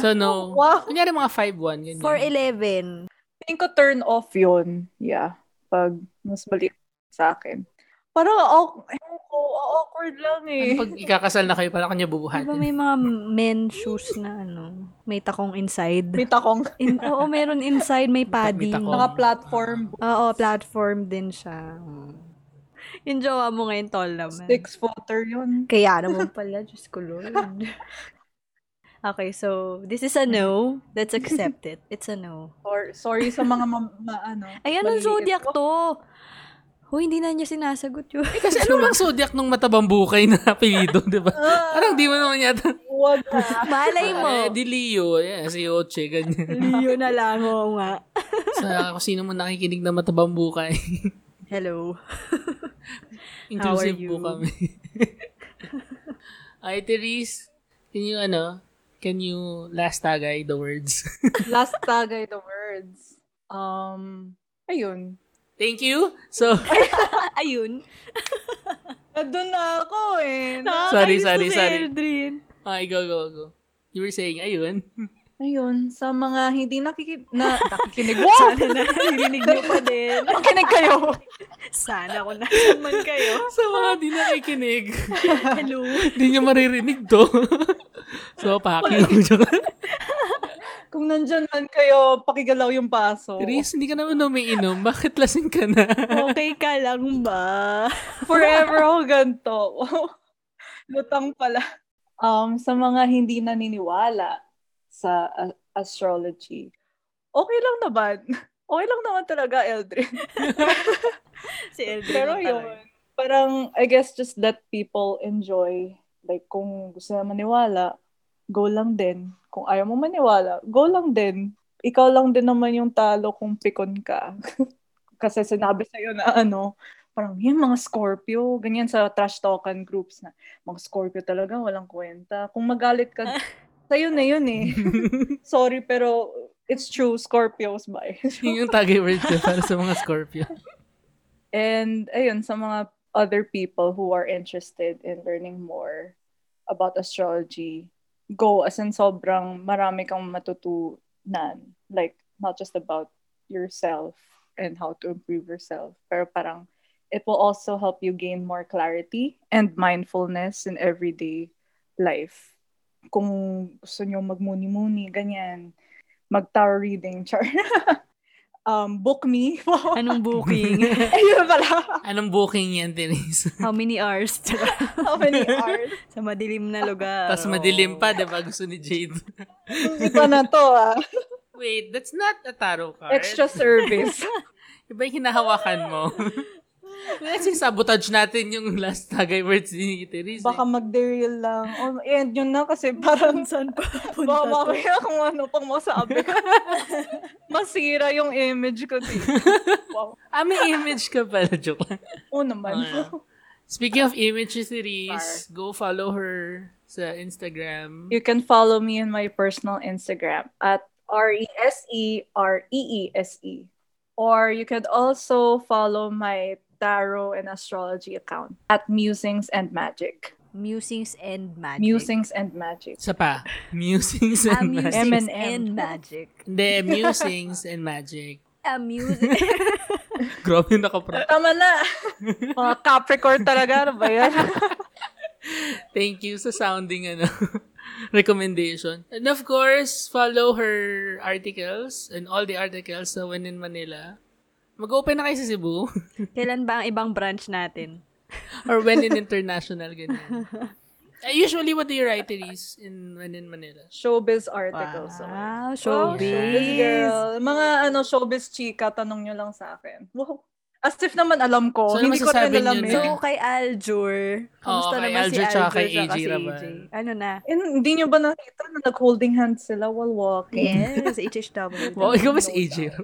C: so,
D: Oh.
C: no.
E: Wow.
C: Kunyari mga 5'1. Ganyan. Ano
D: 4'11.
E: Tingin ko turn off yun. Yeah. Pag mas maliit sa akin. Parang awk- ewan ko, awkward lang eh.
C: Ano pag ikakasal na kayo, parang kanya
D: Di ba
C: bubuhatin.
D: may mga men shoes na ano? May takong inside.
E: May takong
D: In, oo, meron inside, may padding.
C: takong.
E: mga platform
D: Oo, platform din siya. Yung jowa mo ngayon, tall naman.
E: six footer yun.
D: Kaya naman pala, Diyos ko Lord. okay, so this is a no. Let's accept it. It's a no.
E: Or, sorry sa mga ma- ma- ano.
D: Ayan ang
E: maliliit
D: zodiac
E: ko.
D: to. Hoy, hindi na niya sinasagot yun.
C: Kasi ano bang zodiac nung matabambukay na apelido, di ba?
E: Ah,
C: Parang di mo naman yata.
E: Huwag na.
D: Malay mo.
C: Eh, di Leo. Yeah, si Oche, ganyan.
D: Leo na lang, oo nga.
C: Sa kung sino mo nakikinig na matabambukay.
D: Hello.
C: Inclusive
D: How are
C: po
D: you?
C: kami. Ay, Therese, can you, ano, can you last tagay the words?
E: Last
D: ah,
E: tagay the words. Um, ayun.
C: Thank you. So,
D: Ayun.
E: Nandun na ako eh.
C: Sorry,
D: Nakakainis
C: sorry,
D: to si
C: sorry.
D: Eldrin.
C: ay, go, go, go. You were saying, ayun.
E: Ayun, sa mga hindi nakikip na nakikinig.
D: Sana na narinig niyo pa din.
E: Nakikinig kayo.
D: Sana kung nasan man kayo.
C: Sa mga di nakikinig,
D: Hello.
C: di nyo maririnig to. so, pack you.
E: Kung nandyan man kayo, pakigalaw yung paso.
C: Therese, hindi ka naman umiinom. Bakit lasing ka na?
D: Okay ka lang ba?
E: Forever ako ganito.
D: uh,
E: Lutang pala. Um, sa mga hindi naniniwala sa ah, astrology. Okay lang naman. Okay lang naman talaga, Eldrin.
D: Si Eldrin ang
E: Pero yun,
D: taray.
E: parang I guess just let people enjoy. Like kung gusto na maniwala, go lang din. Kung ayaw mo maniwala, go lang din. Ikaw lang din naman yung talo kung pikon ka. Kasi sinabi sa'yo na ano, parang yan mga Scorpio, ganyan sa trash talkan groups na mga Scorpio talaga, walang kwenta. Kung magalit ka, sa'yo na yun eh. Sorry pero it's true, Scorpios bye.
C: Yun yung tagay word ko para sa mga Scorpio.
E: And ayun, sa mga other people who are interested in learning more about astrology, go as in sobrang marami kang matutunan. Like, not just about yourself and how to improve yourself, pero parang it will also help you gain more clarity and mindfulness in everyday life. Kung gusto nyo magmuni-muni, ganyan, mag-tarot reading, char. um, book me.
D: Anong booking?
E: Ayun pala.
C: Anong booking yan, Denise?
D: How many hours?
E: How many hours?
D: Sa madilim na lugar.
C: Tapos madilim pa, diba? Gusto ni Jade.
E: Ito na to ah.
C: Wait, that's not a tarot card.
E: Extra service.
C: Iba yung hinahawakan mo. Kasi sabotage natin yung last tagay words ni eh. Teresa.
E: Baka mag-derail lang. Oh, and yun na kasi parang
D: Saan pa punta to?
E: baka mamaya kung ano pang masabi ko. Masira yung image ko dito. Wow.
C: Ah, may image ka pala. Joke lang.
E: Oo naman.
C: Oh, Speaking of image ni Therese, go follow her sa Instagram.
E: You can follow me in my personal Instagram at E R-E-S-E-R-E-E-S-E. E Or you could also follow my tarot and astrology account at Musings and Magic.
A: Musings and magic.
E: Musings and Magic.
C: Isa pa. Musings
A: Ah,
C: and Magic.
A: musings
E: M&M.
A: and magic.
C: Hindi, Musings and Magic.
A: Ah, music.
C: Grabe nakapra.
E: Tama na. Mga Capricorn talaga. Ano ba yan?
C: Thank you sa sounding ano, recommendation. And of course, follow her articles and all the articles sa When in Manila. Mag-open na kayo sa Cebu
D: Kailan ba ang ibang branch natin?
C: or When in International, ganyan. Eh, usually, what do you write, Therese, in When in Manila?
E: showbiz articles. so.
D: Wow,
E: Oh, showbiz
D: showbiz.
E: girl. Mga ano, showbiz chika, tanong nyo lang sa akin. Wow. As if naman alam ko.
C: So, ano
E: Hindi ko rin
C: masasabi nyo
E: alam
C: na-
E: eh.
D: So, kay Aljur, kamusta
C: Oo, kay
D: naman si
C: Aljur tsaka
D: Aljur
C: kay
D: tsaka
C: AJ
D: si
C: Raban.
D: AJ? Ano na?
E: And hindi nyo ba nakita na nag-holding hands sila while walking?
D: Yes, HHW.
C: Wow, ikaw mas AJ.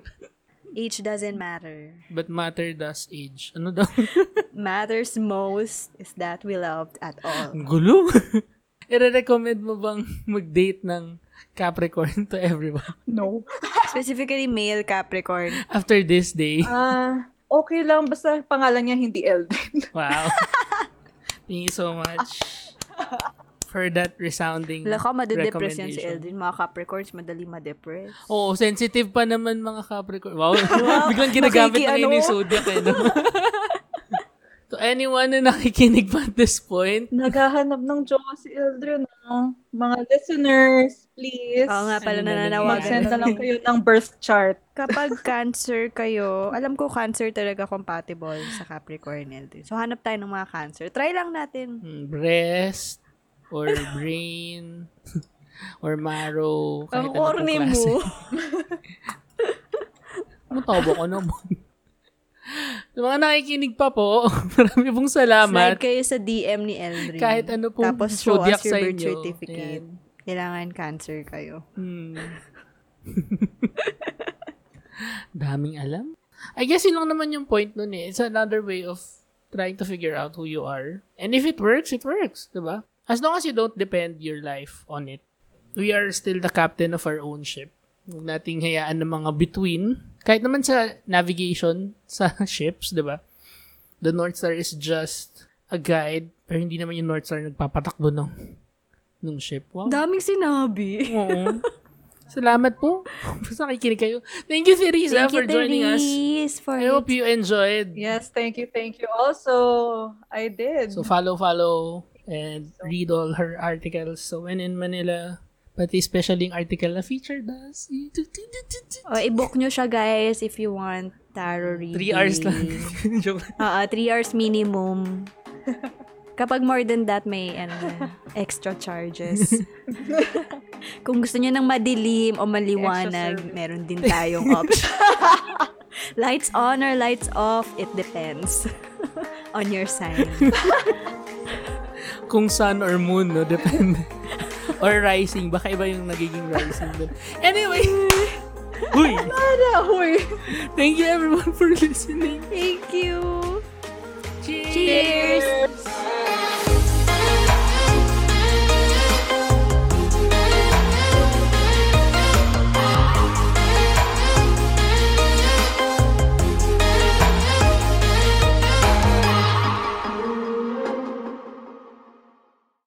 D: Age doesn't matter.
C: But matter does age. Ano daw?
D: Matters most is that we loved at all.
C: Ang gulo. I-recommend mo bang mag-date ng Capricorn to everyone
E: No.
D: Specifically, male Capricorn.
C: after this day?
E: Ah, okay lang. Basta pangalan niya hindi Elden.
C: Wow. Thank you so much for that resounding
D: Wala ko, madedepress yan si
C: recommendation.
D: Eldrin. Mga Capricorns, madali madepress.
C: Oo, sensitive pa naman mga Capricorn. Wow, biglang ginagamit na
D: Nakiki-
C: yun
D: ano?
C: yung zodiac. Eh, no? to anyone na nakikinig pa at this point,
E: Naghahanap ng jowa si Eldrin. No? Mga listeners, please.
D: Oo nga pala,
C: Ano na
D: nananawagan.
E: Mag-send na lang kayo ng birth chart.
D: Kapag cancer kayo, alam ko cancer talaga compatible sa Capricorn, Eldrin. So, hanap tayo ng mga cancer. Try lang natin.
C: mm, breast or brain or marrow. kahit ano
D: Ang
C: pong
D: corny
C: klase.
D: mo.
C: Matawa ko naman. Sa mga nakikinig pa po, marami pong salamat.
D: Slide kayo sa DM ni Eldrin.
C: Kahit ano pong
D: Tapos show
C: zodiac
D: us your
C: sign
D: birth
C: nyo.
D: certificate. Kailangan cancer kayo.
C: Hmm. Daming alam. I guess yun lang naman yung point nun eh. It's another way of trying to figure out who you are. And if it works, it works. Diba? As long as you don't depend your life on it. We are still the captain of our own ship. Huwag nating hayaan ng mga between. Kahit naman sa navigation sa ships, diba? The North Star is just a guide. Pero hindi naman yung North Star nagpapatakbo ng, ng ship. Wow.
D: Daming sinabi.
C: Oo. Salamat po. Basta nakikinig kayo. Thank you, Theresa,
A: Thank
C: for
A: you,
C: joining us.
A: Therese, for
C: I hope you enjoyed.
E: Yes, thank you, thank you. Also, I did.
C: So follow, follow, and read all her articles. So when in Manila, pati especially yung article na featured us.
D: O, oh, i-book nyo siya, guys, if you want tarot reading.
C: Three hours lang. Joke.
D: Oo, three hours minimum. Kapag more than that, may ano, na, extra charges. Kung gusto niyo ng madilim o
E: service.
D: maliwanag, meron din tayong option. lights on or lights off, it depends on your sign.
C: Kung sun or moon, no? Depende. or rising. Baka iba yung nagiging rising doon. Anyway. Uy!
F: Ahoy!
C: Thank you everyone for listening.
D: Thank you!
C: Cheers!